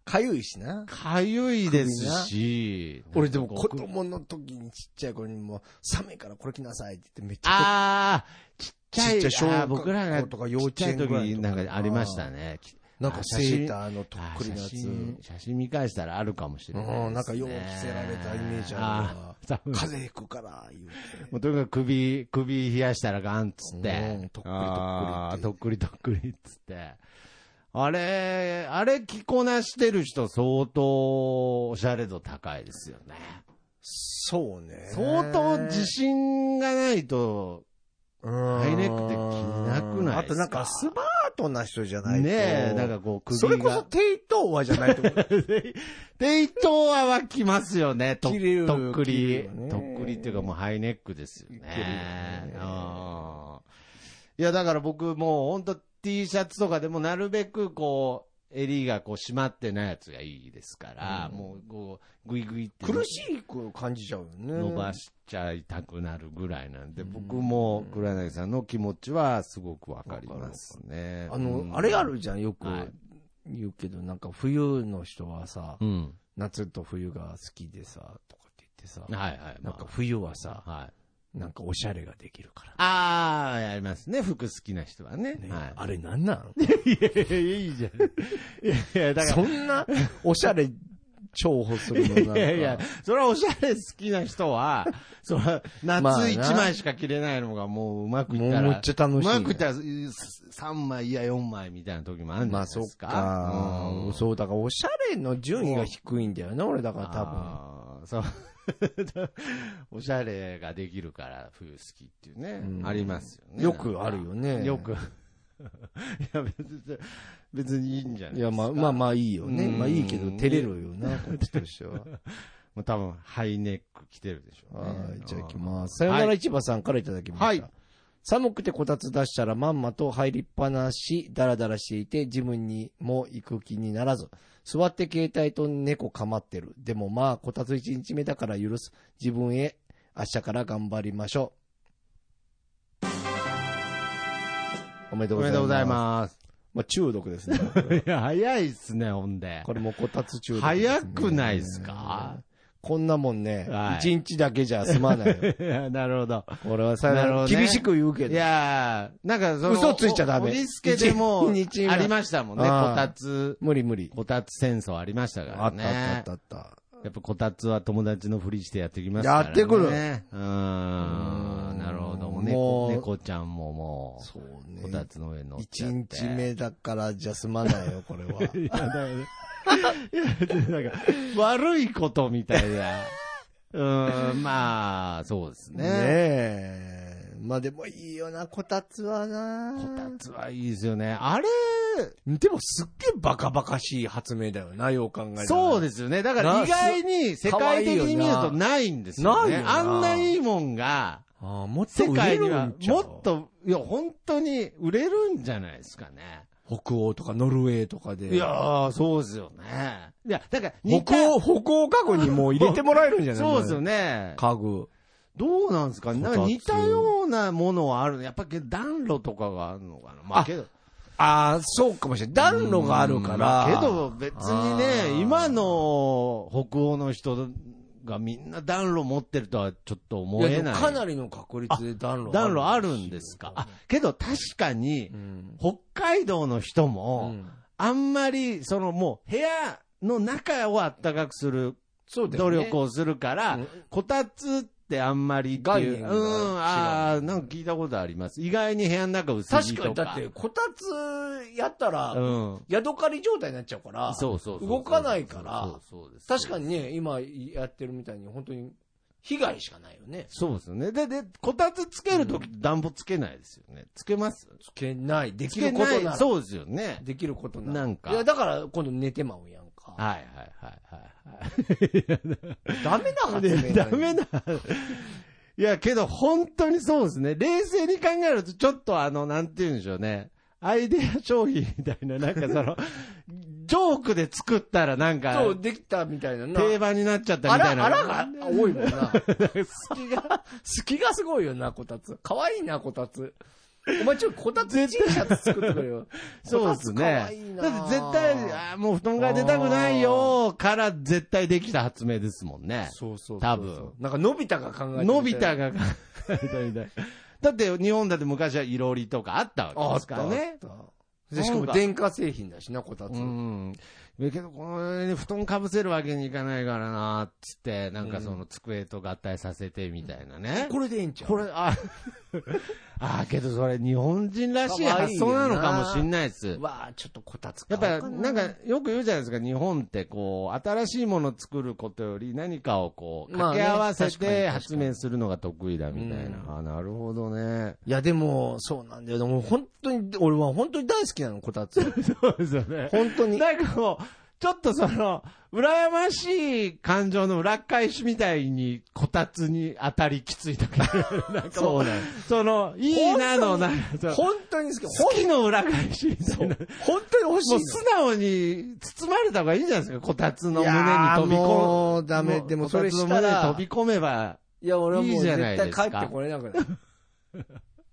Speaker 1: かゆいしな。
Speaker 2: かゆいですし、
Speaker 1: 俺でも子
Speaker 2: こ
Speaker 1: 供の時にちっちゃい子にも、寒いからこれ着なさいって言ってめっちゃ
Speaker 2: あー、ちっちゃい、
Speaker 1: ちっちゃい小学校
Speaker 2: あー僕らが
Speaker 1: とか幼稚園
Speaker 2: ちっちゃい
Speaker 1: ぐらい
Speaker 2: 時
Speaker 1: とか
Speaker 2: なんかありましたね。
Speaker 1: なんかセーターのとっ
Speaker 2: あ
Speaker 1: くり
Speaker 2: ー
Speaker 1: のや
Speaker 2: 写
Speaker 1: つ。
Speaker 2: 真、写真見返したらあるかもしれないですね、
Speaker 1: うんなんかよう着せられたイメージあるわ
Speaker 2: ー多分
Speaker 1: 風邪ひくから、言う
Speaker 2: もうとにかく首、首冷やしたらガンっつって。
Speaker 1: うんとっくりとっくりって
Speaker 2: あーとっくりとっくりっつって。あれ、あれ着こなしてる人相当おしゃれ度高いですよね。
Speaker 1: そうね。
Speaker 2: 相当自信がないと、
Speaker 1: ハ
Speaker 2: ハイネックって着なくない
Speaker 1: あ
Speaker 2: で
Speaker 1: と
Speaker 2: すか
Speaker 1: なんかスマートな人じゃないと。
Speaker 2: ねえ、なんかこう首
Speaker 1: そ
Speaker 2: が。
Speaker 1: れこそ、テイトーはじゃないと。
Speaker 2: デイトーアは着ますよね、と
Speaker 1: 着れる
Speaker 2: とっく
Speaker 1: 着れ
Speaker 2: り
Speaker 1: るよ。ね
Speaker 2: とっくりっていうかもうハイネックですよね。
Speaker 1: 着れるよね
Speaker 2: うんいや、だから僕もう本当 T シャツとかでもなるべくこう、襟がこう締まってないやつがいいですから、
Speaker 1: うん
Speaker 2: もうこう、ぐいぐいって。
Speaker 1: 苦しいく感じちゃうよね。
Speaker 2: 伸ばしちゃいたくなるぐらいなんで、
Speaker 1: うん
Speaker 2: 僕も黒柳さんの気持ちはすごくわかりますね。
Speaker 1: あの、
Speaker 2: うん
Speaker 1: あれあるじゃん、よく
Speaker 2: はい
Speaker 1: 言うけど、なんか冬の人はさ、
Speaker 2: うん。
Speaker 1: 夏と冬が好きでさ、とかって言ってさ、
Speaker 2: はいはい。
Speaker 1: なんか冬はさ、
Speaker 2: まあはい。
Speaker 1: なんかおしゃれができるから。
Speaker 2: あー、やりますね。服好きな人はね。
Speaker 1: ね
Speaker 2: はい。
Speaker 1: あれなんなの
Speaker 2: いやいや、いいじゃん。いやいや、だから、
Speaker 1: そんなおしゃれ重宝するのなんか。
Speaker 2: いやいや、それはおしゃれ好きな 人は、それは
Speaker 1: まあな
Speaker 2: 夏一枚しか着れないのがもううまくい
Speaker 1: も
Speaker 2: った
Speaker 1: うめ
Speaker 2: ら
Speaker 1: っ、ちゃ楽
Speaker 2: う
Speaker 1: しいね、
Speaker 2: まくいったら3枚いや4枚みたいな時もあるんじ
Speaker 1: ま
Speaker 2: ゃな
Speaker 1: あ
Speaker 2: い
Speaker 1: そ
Speaker 2: で
Speaker 1: っ
Speaker 2: すか。
Speaker 1: か。
Speaker 2: うん
Speaker 1: そう、だからおしゃれの順位が低いんだよね、俺だから多分。
Speaker 2: あーそう。 おしゃれができるから冬好きっていうね、
Speaker 1: うん
Speaker 2: ありますよね。
Speaker 1: よくあるよね。
Speaker 2: よく。い や、別に、別にいいんじゃな
Speaker 1: い
Speaker 2: いです
Speaker 1: や、
Speaker 2: か。
Speaker 1: まあまあまあいいよね。
Speaker 2: うん
Speaker 1: まあいいけど、照れるよな、こっちとしては。
Speaker 2: もう多分、ハイネック着てるでしょうね。
Speaker 1: はい、じゃあ行き
Speaker 2: す。
Speaker 1: ます。さよなら市場さんからいただきました。
Speaker 2: はい
Speaker 1: 寒くてこたつ出したらまんまと入りっぱなし、だらだらしていて、自分にも行く気にならず、座って携帯と猫構ってる。でもまあ、こたつ1日目だから許す。自分へ、明日から頑張りましょう。おめでと
Speaker 2: お
Speaker 1: うご
Speaker 2: め
Speaker 1: ざいます。
Speaker 2: でとうござい
Speaker 1: す。
Speaker 2: ます。
Speaker 1: まあ、中毒ですね。これ
Speaker 2: いや、早いっすね、ほんで。
Speaker 1: これもこたつ中毒ですね、
Speaker 2: 早くないっすか
Speaker 1: こんなもんね、一
Speaker 2: はい
Speaker 1: 日だけじゃ済まないよ。
Speaker 2: いや なるほど。
Speaker 1: 俺はさ、
Speaker 2: なるほどね
Speaker 1: 厳しく言うけ
Speaker 2: い
Speaker 1: ど。
Speaker 2: やー、なんかその、
Speaker 1: 嘘ついちゃダメ
Speaker 2: おりすけでも、
Speaker 1: 一日目
Speaker 2: ありましたもんね、
Speaker 1: あー
Speaker 2: こたつ。
Speaker 1: 無理無理。
Speaker 2: こたつ戦争ありましたか
Speaker 1: あ
Speaker 2: ら
Speaker 1: っ
Speaker 2: ね。
Speaker 1: たあったあったあっ
Speaker 2: やっぱこたつは友達のふりしてやってきますからね。
Speaker 1: やってくる
Speaker 2: うーん。なるほど。もう猫
Speaker 1: もう
Speaker 2: 猫ちゃんも
Speaker 1: た。
Speaker 2: も
Speaker 1: そう
Speaker 2: う、
Speaker 1: ね。
Speaker 2: こたつの上乗っ
Speaker 1: 一
Speaker 2: ちゃって。
Speaker 1: 日目だからじゃ済まない よ、これは。
Speaker 2: いや、だよね。いや、なんか、 悪いことみたいな。 うーん、まあ、そうです
Speaker 1: ね
Speaker 2: ね。
Speaker 1: え。まあでもいいよな、こたつはな。
Speaker 2: こたつはいいですよね。あれ、
Speaker 1: でもすっげえバカバカしい発明だよな、よう考えたら。
Speaker 2: そう
Speaker 1: で
Speaker 2: ですよね。だから
Speaker 1: な
Speaker 2: 意外に世界的に見る
Speaker 1: かわい
Speaker 2: と
Speaker 1: いよな
Speaker 2: ないんですよね。
Speaker 1: ないよな
Speaker 2: あんないいもんが、
Speaker 1: ああ、もっと
Speaker 2: 世
Speaker 1: 売
Speaker 2: 界
Speaker 1: れ
Speaker 2: に
Speaker 1: る
Speaker 2: は
Speaker 1: ん、ちゃ
Speaker 2: も
Speaker 1: う
Speaker 2: っ。と、いや、本当に売れるんじゃないですかね。
Speaker 1: 北欧とかノルウェーとかで。
Speaker 2: いやー、そうですよね。いや、だから、似た
Speaker 1: 北欧、北欧家具にもう入れてもらえるんじゃ ない
Speaker 2: そうですよ
Speaker 1: ね。
Speaker 2: ね。
Speaker 1: 家具。
Speaker 2: どうなんですかねなんか
Speaker 1: こたつ
Speaker 2: 似たようなものはあるね。やっぱり暖炉とかがあるのかな。まあ
Speaker 1: あ
Speaker 2: けど。
Speaker 1: ああ、そうかもしれない。暖炉があるから。
Speaker 2: うんけど別に
Speaker 1: あ
Speaker 2: ね、
Speaker 1: ー
Speaker 2: 今の北欧の人がみんな暖炉持ってるとはちょっと思え
Speaker 1: いや
Speaker 2: ない。
Speaker 1: でもかなりの確率で暖炉
Speaker 2: 暖炉あるんですか。あ、けど確かに
Speaker 1: う、ん。
Speaker 2: 北海道の人
Speaker 1: う
Speaker 2: も、
Speaker 1: ん
Speaker 2: あんまり、そのもう部屋の中を暖かくする
Speaker 1: そうだよ
Speaker 2: 努
Speaker 1: ね。
Speaker 2: 力をするから、
Speaker 1: うん
Speaker 2: こたつってあんまりってい
Speaker 1: 概念
Speaker 2: う。う、
Speaker 1: が違うん
Speaker 2: ああ、なんか聞いたことあります。意外に部屋の中薄着
Speaker 1: 確
Speaker 2: と
Speaker 1: かに、
Speaker 2: か。
Speaker 1: だって、こたつやったら、
Speaker 2: うん。
Speaker 1: ヤドカリ状態になっちゃうから、
Speaker 2: そうそうそう。
Speaker 1: 動かないから
Speaker 2: そうそうです。
Speaker 1: 確かにね、今やってるみたいに、本当に被害しかないよね。
Speaker 2: そうですよね。で、で、こたつつけるとき暖房つけないですよね。つけます
Speaker 1: つけない。で
Speaker 2: つ
Speaker 1: き
Speaker 2: け
Speaker 1: るこ
Speaker 2: な
Speaker 1: と
Speaker 2: い
Speaker 1: な。ら。
Speaker 2: そうですよね。
Speaker 1: できることなら。
Speaker 2: なんか
Speaker 1: いや、だから、今度寝てまうやんか。
Speaker 2: はいはいはい
Speaker 1: ダメな
Speaker 2: はい
Speaker 1: 発
Speaker 2: はい。
Speaker 1: 明
Speaker 2: で ダメ
Speaker 1: な
Speaker 2: な。いや、けど本当にそうですね。冷静に考えると、ちょっとあの、なんて言うんでしょうね。アイデア商品みたいな、なんか その、ジョークで作ったらなんか
Speaker 1: の、そう、できたみたいなな。
Speaker 2: 定番になっちゃった
Speaker 1: あ
Speaker 2: み
Speaker 1: ら、
Speaker 2: た
Speaker 1: あ
Speaker 2: いな。
Speaker 1: らが多いもん な。隙が、隙がすごいよな、こたつ。かわいいな、こたつ。お前ちょっとこたつ T シャツ作ってくれ よ。
Speaker 2: そうです
Speaker 1: こたつかわ
Speaker 2: ね
Speaker 1: いい。な
Speaker 2: だって絶対、あーもう布団から出たくないよから絶対できた発明ですもんね。
Speaker 1: そうそうそう
Speaker 2: 多分。
Speaker 1: なんか、のび太が考えてる
Speaker 2: のび太が考えたみたい。だって日本だって昔はいろりとかあったわけ
Speaker 1: あ
Speaker 2: で
Speaker 1: っ
Speaker 2: す
Speaker 1: た
Speaker 2: からね。。
Speaker 1: あったでしかも電化製品だしな、こたつ。
Speaker 2: うん。けど、この上に布団かぶせるわけにいかないからな、っつって、なんかその机と合体させてみたいなね。
Speaker 1: これでいいんちゃう
Speaker 2: これ、あ、あー、けどそれ日本人らしい発想なのかもしんないです。
Speaker 1: わあちょっとこたつ
Speaker 2: や
Speaker 1: 買
Speaker 2: っ
Speaker 1: おう
Speaker 2: ぱ、なんか、よく言うじゃないですか、日本ってこう、新しいものを作ることより何かをこう、
Speaker 1: まあ
Speaker 2: 掛
Speaker 1: ね
Speaker 2: け合わせ
Speaker 1: 確かに確か
Speaker 2: て
Speaker 1: に
Speaker 2: 発明するのが得意だみたいな。
Speaker 1: うん
Speaker 2: あ、なるほど ね。
Speaker 1: いや、でも、そうなんだよ。でも、本当に、俺は本当に大好きなの、こたつ。
Speaker 2: そうですよね。
Speaker 1: 本当に。
Speaker 2: なんかもう、ちょっとその、羨ましい感情の裏返しみたいに、こたつに当たりきついとか、 なんかも
Speaker 1: そ
Speaker 2: う
Speaker 1: うなん
Speaker 2: その、いいなの、なんかその
Speaker 1: 本当に好き。
Speaker 2: 好きの裏返しみたいな。
Speaker 1: 本当に欲しい
Speaker 2: も
Speaker 1: の
Speaker 2: う素直に包まれた方がいいんじゃないですか、こたつの
Speaker 1: い
Speaker 2: 胸に
Speaker 1: やー
Speaker 2: 飛び込む。
Speaker 1: もうダメ。でもそれ
Speaker 2: こた
Speaker 1: し
Speaker 2: つの
Speaker 1: た
Speaker 2: 胸に
Speaker 1: ら
Speaker 2: 飛、び込めば、
Speaker 1: いや、俺はもうい
Speaker 2: いじゃない
Speaker 1: 絶
Speaker 2: で
Speaker 1: 対
Speaker 2: すか
Speaker 1: 帰ってこれなくなる。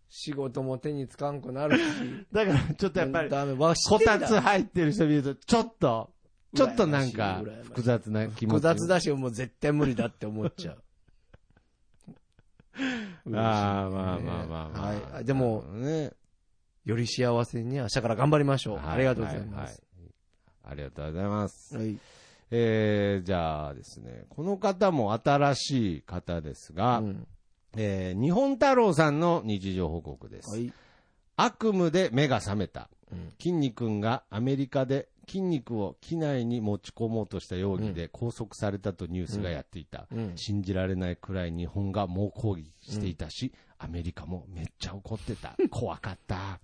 Speaker 1: 仕事も手につかんく なるし。
Speaker 2: だからちょっとやっぱり、
Speaker 1: ダメ。わし
Speaker 2: こたつ入ってる人見ると、ちょっと、ちょっとなんか
Speaker 1: 羨ましい羨ましい
Speaker 2: 複雑な気持ち。
Speaker 1: 複雑だし、もう絶対無理だって思っちゃう。
Speaker 2: ああ、まあまあまあまあ。
Speaker 1: はい。でも、
Speaker 2: ね、
Speaker 1: より幸せに明日から頑張りましょう。
Speaker 2: は
Speaker 1: ありがとうございます。。
Speaker 2: はいはいありがとうございます。
Speaker 1: はい。
Speaker 2: えー、じゃあですね、この方も新しい方ですが、
Speaker 1: うん
Speaker 2: えー日本太郎さんの日常報告です。
Speaker 1: はい。
Speaker 2: 悪夢で目が覚めた。
Speaker 1: うん
Speaker 2: 筋肉がアメリカで筋肉を機内に持ち込もうとした容疑で拘束されたとニュースがやっていた。
Speaker 1: うん
Speaker 2: 信じられないくらい日本が猛抗議していたし、アメリカもめっちゃ怒ってた。 怖かった。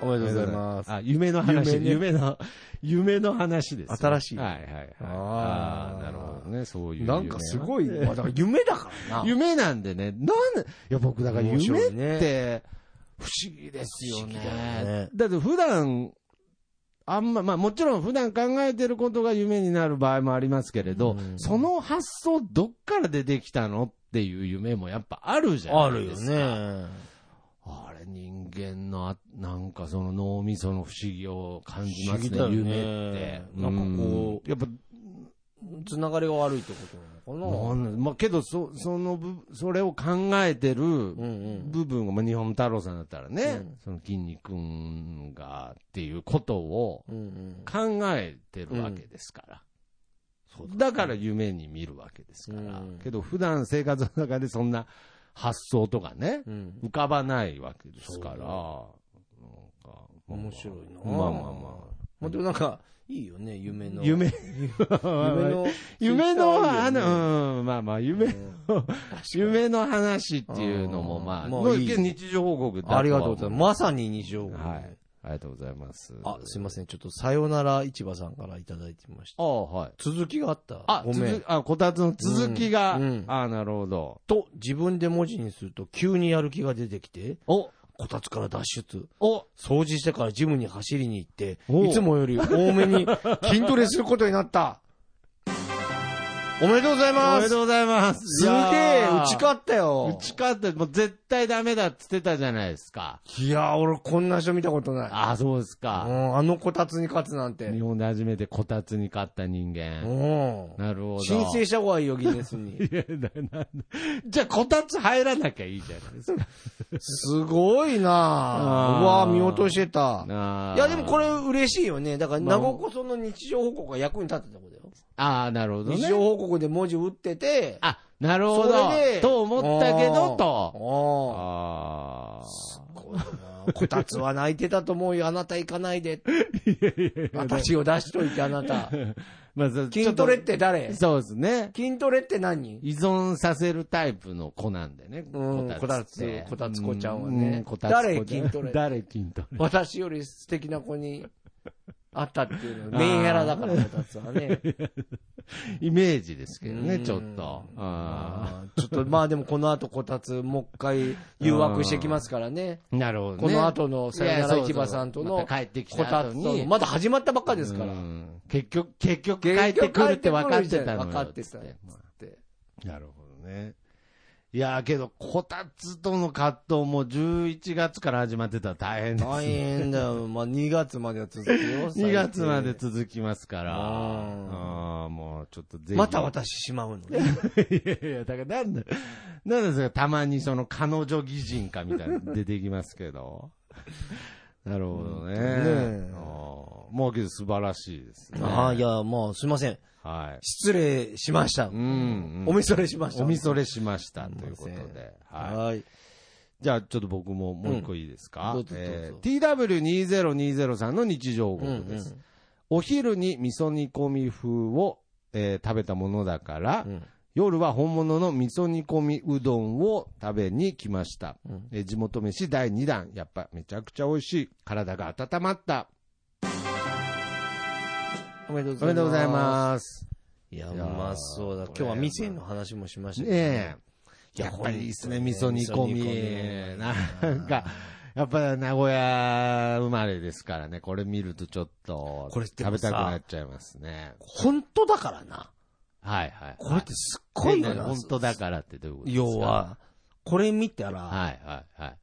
Speaker 1: おめでとうございます。
Speaker 2: あ、夢の話。
Speaker 1: 夢
Speaker 2: 夢,、
Speaker 1: ね
Speaker 2: の、夢の話です、
Speaker 1: 新しい
Speaker 2: はいはいはい。
Speaker 1: あ
Speaker 2: あ
Speaker 1: ー
Speaker 2: あー、なるほどね。そういう夢
Speaker 1: な
Speaker 2: は。
Speaker 1: んかすごい、まあだから夢だからな。
Speaker 2: 夢なんでね。なん、いや僕だから
Speaker 1: 面白
Speaker 2: 夢っ
Speaker 1: いね
Speaker 2: て不思議ですよ
Speaker 1: 不思
Speaker 2: ね。
Speaker 1: 議だよね
Speaker 2: だって普段、あんま、まあもちろん普段考えてることが夢になる場合もありますけれど、
Speaker 1: うん
Speaker 2: その発想どっから出てきたのっていう夢もやっぱあるじゃ
Speaker 1: あ
Speaker 2: ない
Speaker 1: る
Speaker 2: で
Speaker 1: よ
Speaker 2: すか。
Speaker 1: ね。
Speaker 2: あれ人間のあ、なんかその脳みその不思議を感じますね、
Speaker 1: 不思議だよ
Speaker 2: 夢っ
Speaker 1: ね
Speaker 2: て。
Speaker 1: なんかこ
Speaker 2: う、やっぱ
Speaker 1: つながりが悪いってことなのかな。
Speaker 2: なんまあ、けどそ、その部、それを考えてる
Speaker 1: ん
Speaker 2: 部分が、まあ、日本太郎さんだったらね、
Speaker 1: うん
Speaker 2: その筋肉がっていうことを
Speaker 1: うんうん。
Speaker 2: 考えてるわけですから。
Speaker 1: そう
Speaker 2: だから夢に見るわけですから。
Speaker 1: うん
Speaker 2: けど、普段生活の中でそんな発想とかね、
Speaker 1: うん。
Speaker 2: 浮かばないわけですから、
Speaker 1: そう
Speaker 2: なん
Speaker 1: だ
Speaker 2: か、
Speaker 1: 面白いな
Speaker 2: まあまあまあ。
Speaker 1: まあでもなんか、いいよね、夢の。
Speaker 2: 夢、
Speaker 1: 夢の。
Speaker 2: 夢の、あ
Speaker 1: うん
Speaker 2: の、うん、まあまあ、夢夢の話っていうのも、ま
Speaker 1: あ
Speaker 2: あ、
Speaker 1: ー
Speaker 2: も
Speaker 1: まあ
Speaker 2: う
Speaker 1: いい
Speaker 2: 日常報告だとは
Speaker 1: ありがとうございます。
Speaker 2: す。
Speaker 1: まさに日常。
Speaker 2: はい。ありがとうございます。
Speaker 1: あ、すいません。ちょっと、さよなら市場さんからいただいてました。
Speaker 2: ああ、はい。
Speaker 1: 続きがあった。
Speaker 2: あ、
Speaker 1: ごめん
Speaker 2: 続。あ、こたつの続きが、
Speaker 1: うんうん
Speaker 2: ああ、なるほど。
Speaker 1: と、自分で文字にすると急にやる気が出てきて、
Speaker 2: お、
Speaker 1: こたつから脱出。
Speaker 2: お、
Speaker 1: 掃除してからジムに走りに行って、
Speaker 2: おう
Speaker 1: いつもより多めに 筋トレすることになった。おめでとうござい
Speaker 2: お
Speaker 1: ま
Speaker 2: めですとうございます。
Speaker 1: すげえ、打ち
Speaker 2: っ
Speaker 1: 勝ったよ。
Speaker 2: 打ち勝って、もう絶対ダメだっつってたじゃないですか。
Speaker 1: いやー、俺こんな人見たことない。
Speaker 2: ああ、そうです
Speaker 1: う
Speaker 2: か。
Speaker 1: ん、あのこたつに勝つなんて。
Speaker 2: 日本で初めてこたつに勝った人
Speaker 1: う
Speaker 2: 間。
Speaker 1: ん。
Speaker 2: なるほど。
Speaker 1: 申請した方がいいよ、ギネスに。
Speaker 2: いやななんだじゃあ、こたつ入らなきゃいいじゃない ですか。
Speaker 1: すごいな
Speaker 2: あ
Speaker 1: ぁ。
Speaker 2: ー
Speaker 1: うわぁ、見落としてた。
Speaker 2: あー
Speaker 1: いや、でもこれ嬉しいよね。だから、
Speaker 2: まあ
Speaker 1: 名古こその日常報告が役に立ってたことだよ。
Speaker 2: ああ、なるほどね。
Speaker 1: 日常報告で文字打ってて、
Speaker 2: あ、なるほ
Speaker 1: そ
Speaker 2: ど
Speaker 1: れで。
Speaker 2: と思ったけど、と。
Speaker 1: ああ。
Speaker 2: あ
Speaker 1: すごいな。こたつは泣いてたと思うよ。あなた行かない で。私を出しといて、あなた。
Speaker 2: まあ、そう
Speaker 1: 筋トレっ
Speaker 2: ちょ
Speaker 1: て
Speaker 2: っ
Speaker 1: 誰
Speaker 2: とそうですね。
Speaker 1: 筋トレって何
Speaker 2: 依存させるタイプの子なんでね。
Speaker 1: うん
Speaker 2: って
Speaker 1: こたつこたつ子ちゃんはね
Speaker 2: うこたつ子
Speaker 1: 誰筋トレ
Speaker 2: 誰筋ト レ。
Speaker 1: 私より素敵な子に会ったっていうの は、メインヘラだから、こたつはね。
Speaker 2: イメージですけど
Speaker 1: う
Speaker 2: ね、
Speaker 1: ん
Speaker 2: ちょっと。あ
Speaker 1: あーちょっと、まあでもこの後こたつ、もう一回誘惑してきますからね。
Speaker 2: ーなるほどね。
Speaker 1: この後のさよなら市場さんと
Speaker 2: いやそ
Speaker 1: の
Speaker 2: うそうまた帰ってき
Speaker 1: こ
Speaker 2: た
Speaker 1: た
Speaker 2: 後
Speaker 1: つ
Speaker 2: に。
Speaker 1: と、まだ始まったばっかですから。
Speaker 2: うん結局、結局帰ってくるって分かってたのよ。
Speaker 1: 分かってた
Speaker 2: つ
Speaker 1: よ
Speaker 2: て
Speaker 1: つって。
Speaker 2: なるほどね。いやーけど、こたつとの葛藤も11月から始まってたら大変です
Speaker 1: 大
Speaker 2: ね。
Speaker 1: 変だよ。まあ、2月までは続くよ。最低
Speaker 2: 2月まで。続きますから。
Speaker 1: うん
Speaker 2: ああ、もうちょっとぜひ。
Speaker 1: また私しまうのね。
Speaker 2: いやいや、だからなんだ、なんですか、たまにその彼女擬人化みたいなの出てきますけど。なるほどね。
Speaker 1: ね
Speaker 2: あーもうけど素晴らしいですね。
Speaker 1: ああ、いや、もうすいません。
Speaker 2: はい。
Speaker 1: 失礼しました。
Speaker 2: うん、
Speaker 1: おみそれしました。
Speaker 2: おみそれしましたということ
Speaker 1: すいません
Speaker 2: で。はい。
Speaker 1: はい。
Speaker 2: じゃあ、ちょっと僕ももう一個いいですか、
Speaker 1: うんどうぞ
Speaker 2: え
Speaker 1: どうぞ
Speaker 2: ー TW2020 さんの日常報告です。
Speaker 1: うんうん
Speaker 2: お昼に味噌煮込み風を、えー食べたものだから、
Speaker 1: うん
Speaker 2: 夜は本物の味噌煮込みうどんを食べに来ました。
Speaker 1: うん
Speaker 2: えー地元飯第2弾。やっぱめちゃくちゃ美味しい。体が温まった。
Speaker 1: おめでとうご
Speaker 2: おめでとうございます。
Speaker 1: す。いや、う
Speaker 2: いやー
Speaker 1: まそうだ。今
Speaker 2: こ
Speaker 1: 日
Speaker 2: れ
Speaker 1: は店の話もしました
Speaker 2: ね
Speaker 1: けど
Speaker 2: え。
Speaker 1: い
Speaker 2: やっぱりいいっすね、味噌
Speaker 1: 本当に
Speaker 2: 煮込
Speaker 1: 味
Speaker 2: み
Speaker 1: 噌煮込。み
Speaker 2: なんか、やっぱ名古屋生まれですからね、これ見るとちょっと、
Speaker 1: これで
Speaker 2: 食
Speaker 1: も
Speaker 2: べ
Speaker 1: さ
Speaker 2: たくなっちゃいますね。
Speaker 1: 本当だからな。
Speaker 2: はいはい。
Speaker 1: これってすっごいよ
Speaker 2: ね
Speaker 1: な。
Speaker 2: 本当だからってどういうことですか
Speaker 1: 要。は、これ見たら、
Speaker 2: はいはいはい。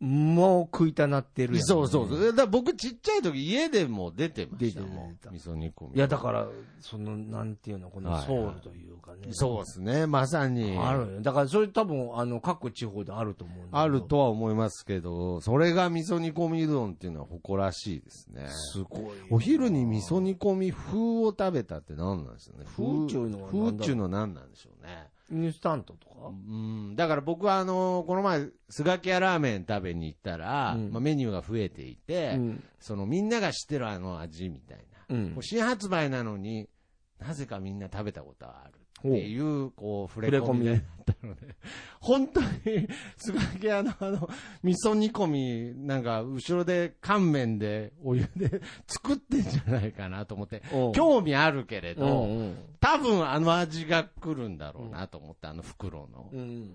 Speaker 1: もう食いたなってるやん。
Speaker 2: そうそうそう。だから僕ちっちゃい時家でも出てましたもん
Speaker 1: 出て。た
Speaker 2: 味噌煮込み。
Speaker 1: いや、だから、その、なんていうの、この
Speaker 2: はい
Speaker 1: ソウルというかね。
Speaker 2: そうですね、まさに。
Speaker 1: あるよ。だから、それ多分、あの、各地方であると思うんだけど
Speaker 2: ある。とは思いますけど、それが味噌煮込みうどんっていうのは誇らしいですね。
Speaker 1: すごいよな。
Speaker 2: お昼に味噌煮込み風を食べたって何なんですよね。
Speaker 1: 風っていうのは何だろう
Speaker 2: 風っていうのは何なんでしょうね。
Speaker 1: インスタントと
Speaker 2: う
Speaker 1: か
Speaker 2: ん。だから僕はあのこの前、スガキ屋ラーメン食べに行ったら、
Speaker 1: うん
Speaker 2: まあ、メニューが増えていて、
Speaker 1: うん。
Speaker 2: そのみんなが知ってるあの味みたいな。
Speaker 1: うん
Speaker 2: こう。新発売なのに、なぜかみんな食べたことはあるっていう、こう、触れ込みだったので、本当に、 すがき屋のあの、味噌煮込み、なんか、後ろで乾麺で、お湯で作ってんじゃないかなと思って、
Speaker 1: 今
Speaker 2: 興味あるけれ
Speaker 1: 日う
Speaker 2: ど、
Speaker 1: ん
Speaker 2: 多分あの味が来るんだろうなと思って、あの袋の。
Speaker 1: うん。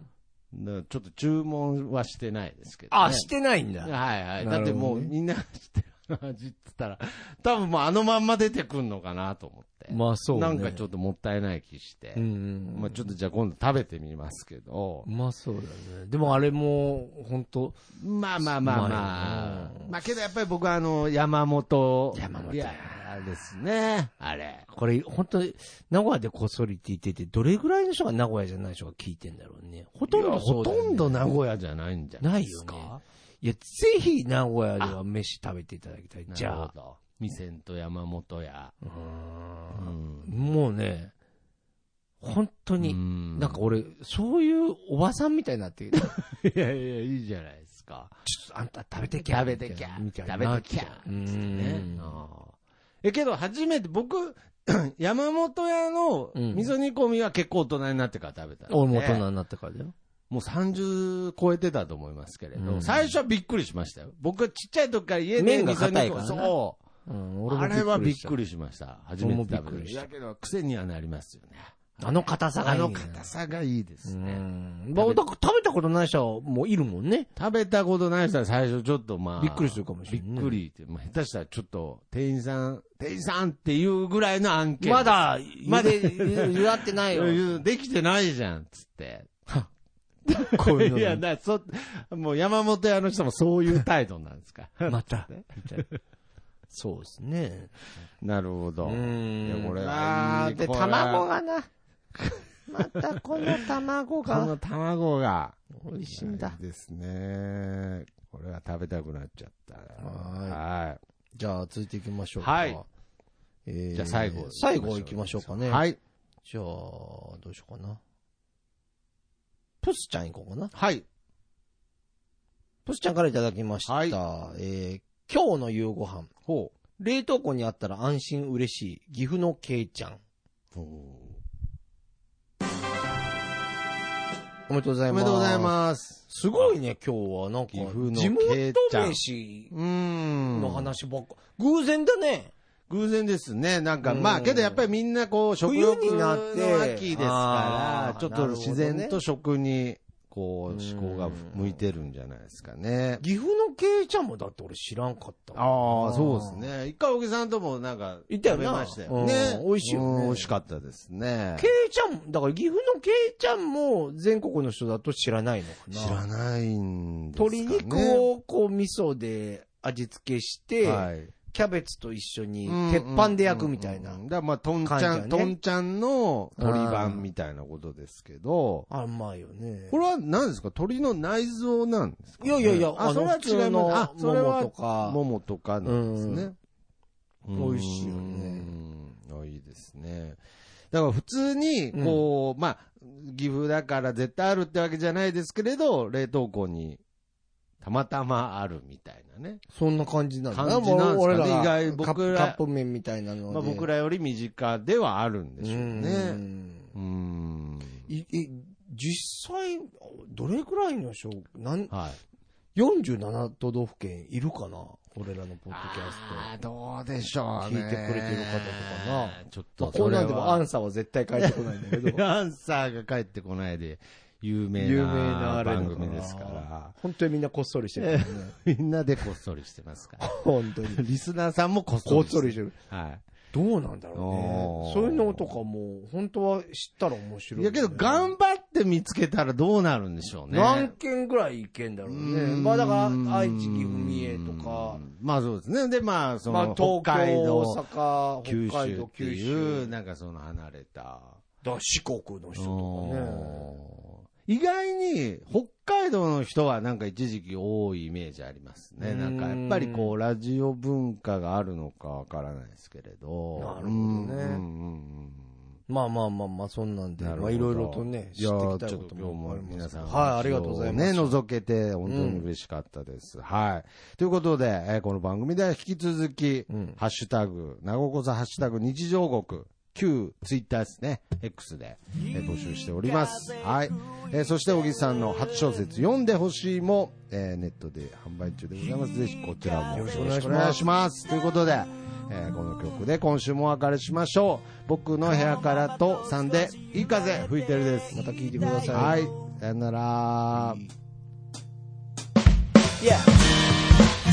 Speaker 2: だからちょっと注文はしてないですけど、ね。
Speaker 1: あ、してないんだ。
Speaker 2: はいはい。
Speaker 1: なる
Speaker 2: だ
Speaker 1: ほどね
Speaker 2: ってもうみんなが知ってる味って言ったら、多分もうあのまんま出てくんのかなと思って。
Speaker 1: まあそ
Speaker 2: なんかちょ
Speaker 1: っ
Speaker 2: っともったいない気して。
Speaker 1: うんうん。
Speaker 2: まあちょっとじゃあ今度食べてみますけど。
Speaker 1: まあそうだね。でもあれも、本当
Speaker 2: まあまあまあ
Speaker 1: ま
Speaker 2: ま
Speaker 1: あ
Speaker 2: あ
Speaker 1: ね。
Speaker 2: まあけどやっぱり僕はあの、山本。
Speaker 1: 山本
Speaker 2: いや、あれですね。あれ。
Speaker 1: これ本当に名古屋でこっそりって言ってて、どれぐらいの人が名古屋じゃない人が聞いてんだろうね。ほとんどそ
Speaker 2: ほ
Speaker 1: うだよね、
Speaker 2: とんど名古屋じゃないんじゃないです
Speaker 1: ないよ
Speaker 2: か。
Speaker 1: いや、ぜひ名古屋では飯食べていただきたい。じ
Speaker 2: なる
Speaker 1: ゃ
Speaker 2: ほ
Speaker 1: あ。
Speaker 2: ど。店と山本屋。
Speaker 1: う
Speaker 2: う
Speaker 1: ーん
Speaker 2: ん。
Speaker 1: もうね、本当に、
Speaker 2: な
Speaker 1: なんか、俺、そういうおばさんみたいになって、ちょっ
Speaker 2: いやいや、いいじゃないですか。
Speaker 1: とあんた食べてきゃ。
Speaker 2: 食べてきゃ
Speaker 1: みたいなみたいな。
Speaker 2: 食べてきゃ
Speaker 1: う
Speaker 2: ね
Speaker 1: ん。。
Speaker 2: え、けど初めて僕、 山本屋の
Speaker 1: うん
Speaker 2: 味噌煮込みは結構大人になってから食べたんで、
Speaker 1: 俺も大人になってからだよ。
Speaker 2: もう30超えてたと思いますけれど、
Speaker 1: うん
Speaker 2: 最初はびっくりしましたよ。僕はちっちゃい時から家で
Speaker 1: 麺が
Speaker 2: 味噌煮
Speaker 1: 硬い
Speaker 2: 込
Speaker 1: か
Speaker 2: み
Speaker 1: らな
Speaker 2: そ
Speaker 1: うん、
Speaker 2: う。
Speaker 1: 俺も
Speaker 2: あれはびっ
Speaker 1: り
Speaker 2: くりしました。初めて食べ
Speaker 1: 俺もびっく
Speaker 2: ま
Speaker 1: り
Speaker 2: し
Speaker 1: した
Speaker 2: た。だけど癖にはなりますよね。
Speaker 1: した。あの硬さが
Speaker 2: あ
Speaker 1: いいね。
Speaker 2: の硬さがいいですね。
Speaker 1: うん。まあ、だから食べたことない人もいるもんね。
Speaker 2: 食べたことない人は最初ちょっとまあ。
Speaker 1: びっくりするかもしれない
Speaker 2: びっくりって、まあ、下手したらちょっと店員さん、店員さんっていうぐらいの案件。
Speaker 1: まだ、ま
Speaker 2: ま
Speaker 1: だ
Speaker 2: だ
Speaker 1: 言わってないよ。
Speaker 2: できてないじゃん、つって。
Speaker 1: こ ういうの
Speaker 2: いや、
Speaker 1: に。
Speaker 2: だそ、もう山本屋の人もそういう態度なんですか。
Speaker 1: また。みたいなそうですね。
Speaker 2: なるほ
Speaker 1: う
Speaker 2: ど
Speaker 1: ん。
Speaker 2: いやこれ
Speaker 1: あーで、
Speaker 2: これ
Speaker 1: 卵がな。またこの卵
Speaker 2: こ
Speaker 1: が
Speaker 2: の卵が。
Speaker 1: 美味しいんだ。
Speaker 2: ですね。これは食べたくなっちゃった。
Speaker 1: は
Speaker 2: は
Speaker 1: じゃあ、続いていきましょうか。
Speaker 2: はい。
Speaker 1: え
Speaker 2: い
Speaker 1: ー、
Speaker 2: じゃあ最後。
Speaker 1: 最後行きましょうかね。
Speaker 2: はい。
Speaker 1: じゃあ、どうしようかな。プスちゃん行こうかな。
Speaker 2: はい。
Speaker 1: プスちゃんからいただきました。
Speaker 2: はい
Speaker 1: えー、今日の夕ご飯。
Speaker 2: ほ
Speaker 1: 冷凍庫にあったら安心嬉しい。岐阜のけいちゃん。
Speaker 2: う。
Speaker 1: おめでとうござい
Speaker 2: お
Speaker 1: ます。
Speaker 2: めでとうございます。
Speaker 1: す。ごいね、今日は。なんか、
Speaker 2: 岐阜の
Speaker 1: 地
Speaker 2: けいちゃ
Speaker 1: 元
Speaker 2: ん
Speaker 1: 飯
Speaker 2: うーん。
Speaker 1: の話ばっか。偶然だね。
Speaker 2: 偶然ですね。なんか、
Speaker 1: うん
Speaker 2: まあ、けどやっぱりみんなこう、食欲
Speaker 1: 冬にな
Speaker 2: の
Speaker 1: って
Speaker 2: 秋ですか
Speaker 1: あー
Speaker 2: ら、ちょっ
Speaker 1: な
Speaker 2: と
Speaker 1: るほどね
Speaker 2: 自然と食に、こう、思考が
Speaker 1: うん
Speaker 2: 向いてるんじゃないですかね。
Speaker 1: 岐阜のけいちゃんもだって俺知らんかった
Speaker 2: ああ、そうです。ね。一回、小木さんともなんか、
Speaker 1: 行ったよ
Speaker 2: 食
Speaker 1: な
Speaker 2: べましたよね
Speaker 1: う。ん美味しいよね
Speaker 2: うん美味しかったですね。
Speaker 1: けいちゃん、だから岐阜のけいちゃんも全国の人だと知らないのかな。
Speaker 2: 知らないんですかね。
Speaker 1: 鶏肉をこう味噌で味付けして、
Speaker 2: はい、
Speaker 1: キャベツと一緒に鉄板で焼くみたいな。
Speaker 2: うんうんうんうんだからまあ、とんち
Speaker 1: 感じ
Speaker 2: ゃ
Speaker 1: だ
Speaker 2: ん、
Speaker 1: ね
Speaker 2: とんちゃんの鶏版みたいなことですけど、
Speaker 1: あ、うまいよね。
Speaker 2: これは何ですか鳥の内臓なんですか
Speaker 1: いやいやいや、
Speaker 2: あ、それは
Speaker 1: 普
Speaker 2: 違
Speaker 1: 通
Speaker 2: い
Speaker 1: の
Speaker 2: ます。あ、それ
Speaker 1: 桃
Speaker 2: は
Speaker 1: と、か。
Speaker 2: ももとかなんですね。
Speaker 1: うん美味しいよね
Speaker 2: うん。あいいですね。だから普通に、こう、まあ、岐阜だから絶対あるってわけじゃないですけれど、冷凍庫に、たまたまあるみたいなね。
Speaker 1: そんな感じなんだ。
Speaker 2: 感じなんですか
Speaker 1: も
Speaker 2: ね
Speaker 1: う俺が
Speaker 2: 意外
Speaker 1: カップ
Speaker 2: 僕ら
Speaker 1: カップ麺みたいなので。
Speaker 2: まあ僕らより身近ではあるんでしょう
Speaker 1: う
Speaker 2: ね。
Speaker 1: ん
Speaker 2: うん。
Speaker 1: いい実際、どれくらいの人、なん
Speaker 2: はい。
Speaker 1: 47都道府県いるかな俺らのポッドキャス
Speaker 2: あーどうでしょうね。
Speaker 1: 聞いてくれてる方とかな。
Speaker 2: ちょっ
Speaker 1: ト。まあ
Speaker 2: と
Speaker 1: こんなんでもア
Speaker 2: ン。
Speaker 1: ンサーは絶対返ってこないんだけど
Speaker 2: アンサーが返ってこないで、有 名
Speaker 1: 有名な
Speaker 2: な
Speaker 1: あれだ
Speaker 2: 番組ですから。
Speaker 1: 本当にみんなこっそりしてるからね。
Speaker 2: みんなでこっそりしてますから。
Speaker 1: 本当に。
Speaker 2: リスナーさんもこっ
Speaker 1: こ
Speaker 2: そ
Speaker 1: っそ
Speaker 2: りして
Speaker 1: り
Speaker 2: る。
Speaker 1: してる。
Speaker 2: は
Speaker 1: どうなんだろう
Speaker 2: あ
Speaker 1: ね
Speaker 2: ー。
Speaker 1: そういうのとかも、本当は知ったら面白
Speaker 2: い。
Speaker 1: い
Speaker 2: い
Speaker 1: よ
Speaker 2: や
Speaker 1: ね、
Speaker 2: けど、頑張って見つけたらどうなるんでしょうね。
Speaker 1: 何件ぐらいいけんだろう
Speaker 2: う
Speaker 1: ね。
Speaker 2: ん
Speaker 1: まあだから、愛知、岐阜、三重とか、。
Speaker 2: まあそうですね。で、まあ、そ
Speaker 1: まあ
Speaker 2: の、
Speaker 1: 東京、
Speaker 2: 北海
Speaker 1: 大
Speaker 2: 道、
Speaker 1: 阪、
Speaker 2: 九
Speaker 1: 北海
Speaker 2: 州っ
Speaker 1: 道、
Speaker 2: て
Speaker 1: 九
Speaker 2: いう、
Speaker 1: 州。
Speaker 2: なんかその離れた。
Speaker 1: だから四国の人とかね。
Speaker 2: 意外に北海道の人はなんか一時期多いイメージありますね。
Speaker 1: うん
Speaker 2: なんかやっぱりこうラジオ文化があるのかわからないですけれど。
Speaker 1: なるほどね
Speaker 2: うんうんうん
Speaker 1: まあまあまあまあ、そんなんで、
Speaker 2: なるほど
Speaker 1: まあいろいろとね、知
Speaker 2: いや
Speaker 1: って
Speaker 2: ー
Speaker 1: きた
Speaker 2: ち
Speaker 1: い
Speaker 2: ょ
Speaker 1: こ
Speaker 2: っと
Speaker 1: と
Speaker 2: 今日
Speaker 1: も
Speaker 2: も
Speaker 1: ありま
Speaker 2: 皆
Speaker 1: す
Speaker 2: さ
Speaker 1: は
Speaker 2: ん。
Speaker 1: い、ありがとうございます。
Speaker 2: ね、覗けて、本当に嬉しかったです。はい。ということで、えーこの番組では引き続き、
Speaker 1: うん
Speaker 2: ハッシュタグ、なごこそハッシュタグ日常国、旧ツイッターですね、X で、えー募集しております。はい。えーそして、小木さんの初小説、読んでほしいも、えーネットで販売中でございます。ぜひ、こちらも
Speaker 1: よ
Speaker 2: よ
Speaker 1: ろ
Speaker 2: ろ
Speaker 1: し
Speaker 2: し
Speaker 1: くお
Speaker 2: くお
Speaker 1: 願
Speaker 2: 願
Speaker 1: い
Speaker 2: い
Speaker 1: し
Speaker 2: し
Speaker 1: ま
Speaker 2: ますす。ということで、えーこの曲で今週もお別れしましょう。僕の部屋からと3で、いい風吹いてるです。
Speaker 1: また聞いてください。
Speaker 2: はい。さよなら。
Speaker 3: Yeah.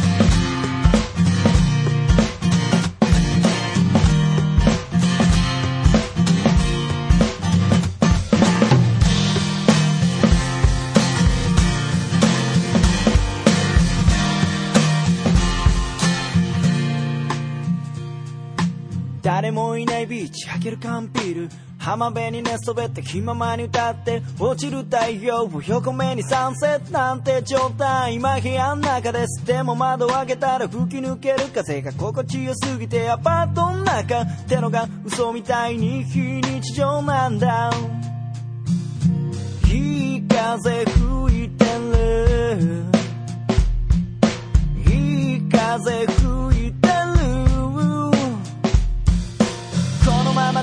Speaker 3: 「誰もいないビーチ開ける缶ビール」「浜辺に寝そべって気ままに歌って」「落ちる太陽を横目にサンセットなんて状態」「今部屋の中です」「でも窓を開けたら吹き抜ける風が心地よすぎて」「アパートの中ってのが嘘みたいに非日常なんだ」「いい風吹いてる」「いい風吹いてる」このまま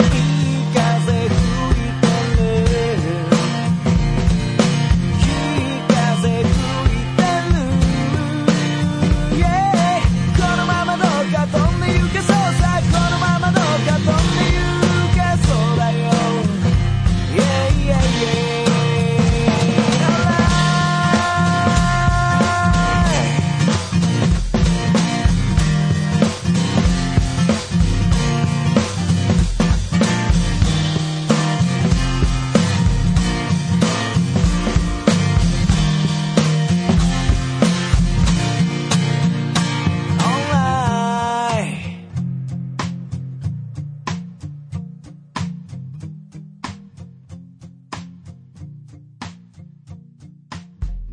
Speaker 3: いい風吹いてるいい風吹いてる Yeah このままどうか飛んで行けそうさこのままどうか飛んで行けそうだよ Yeah, yeah, yeah. Alright. Alright.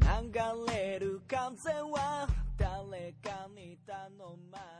Speaker 3: 流れる風は誰かに頼まれ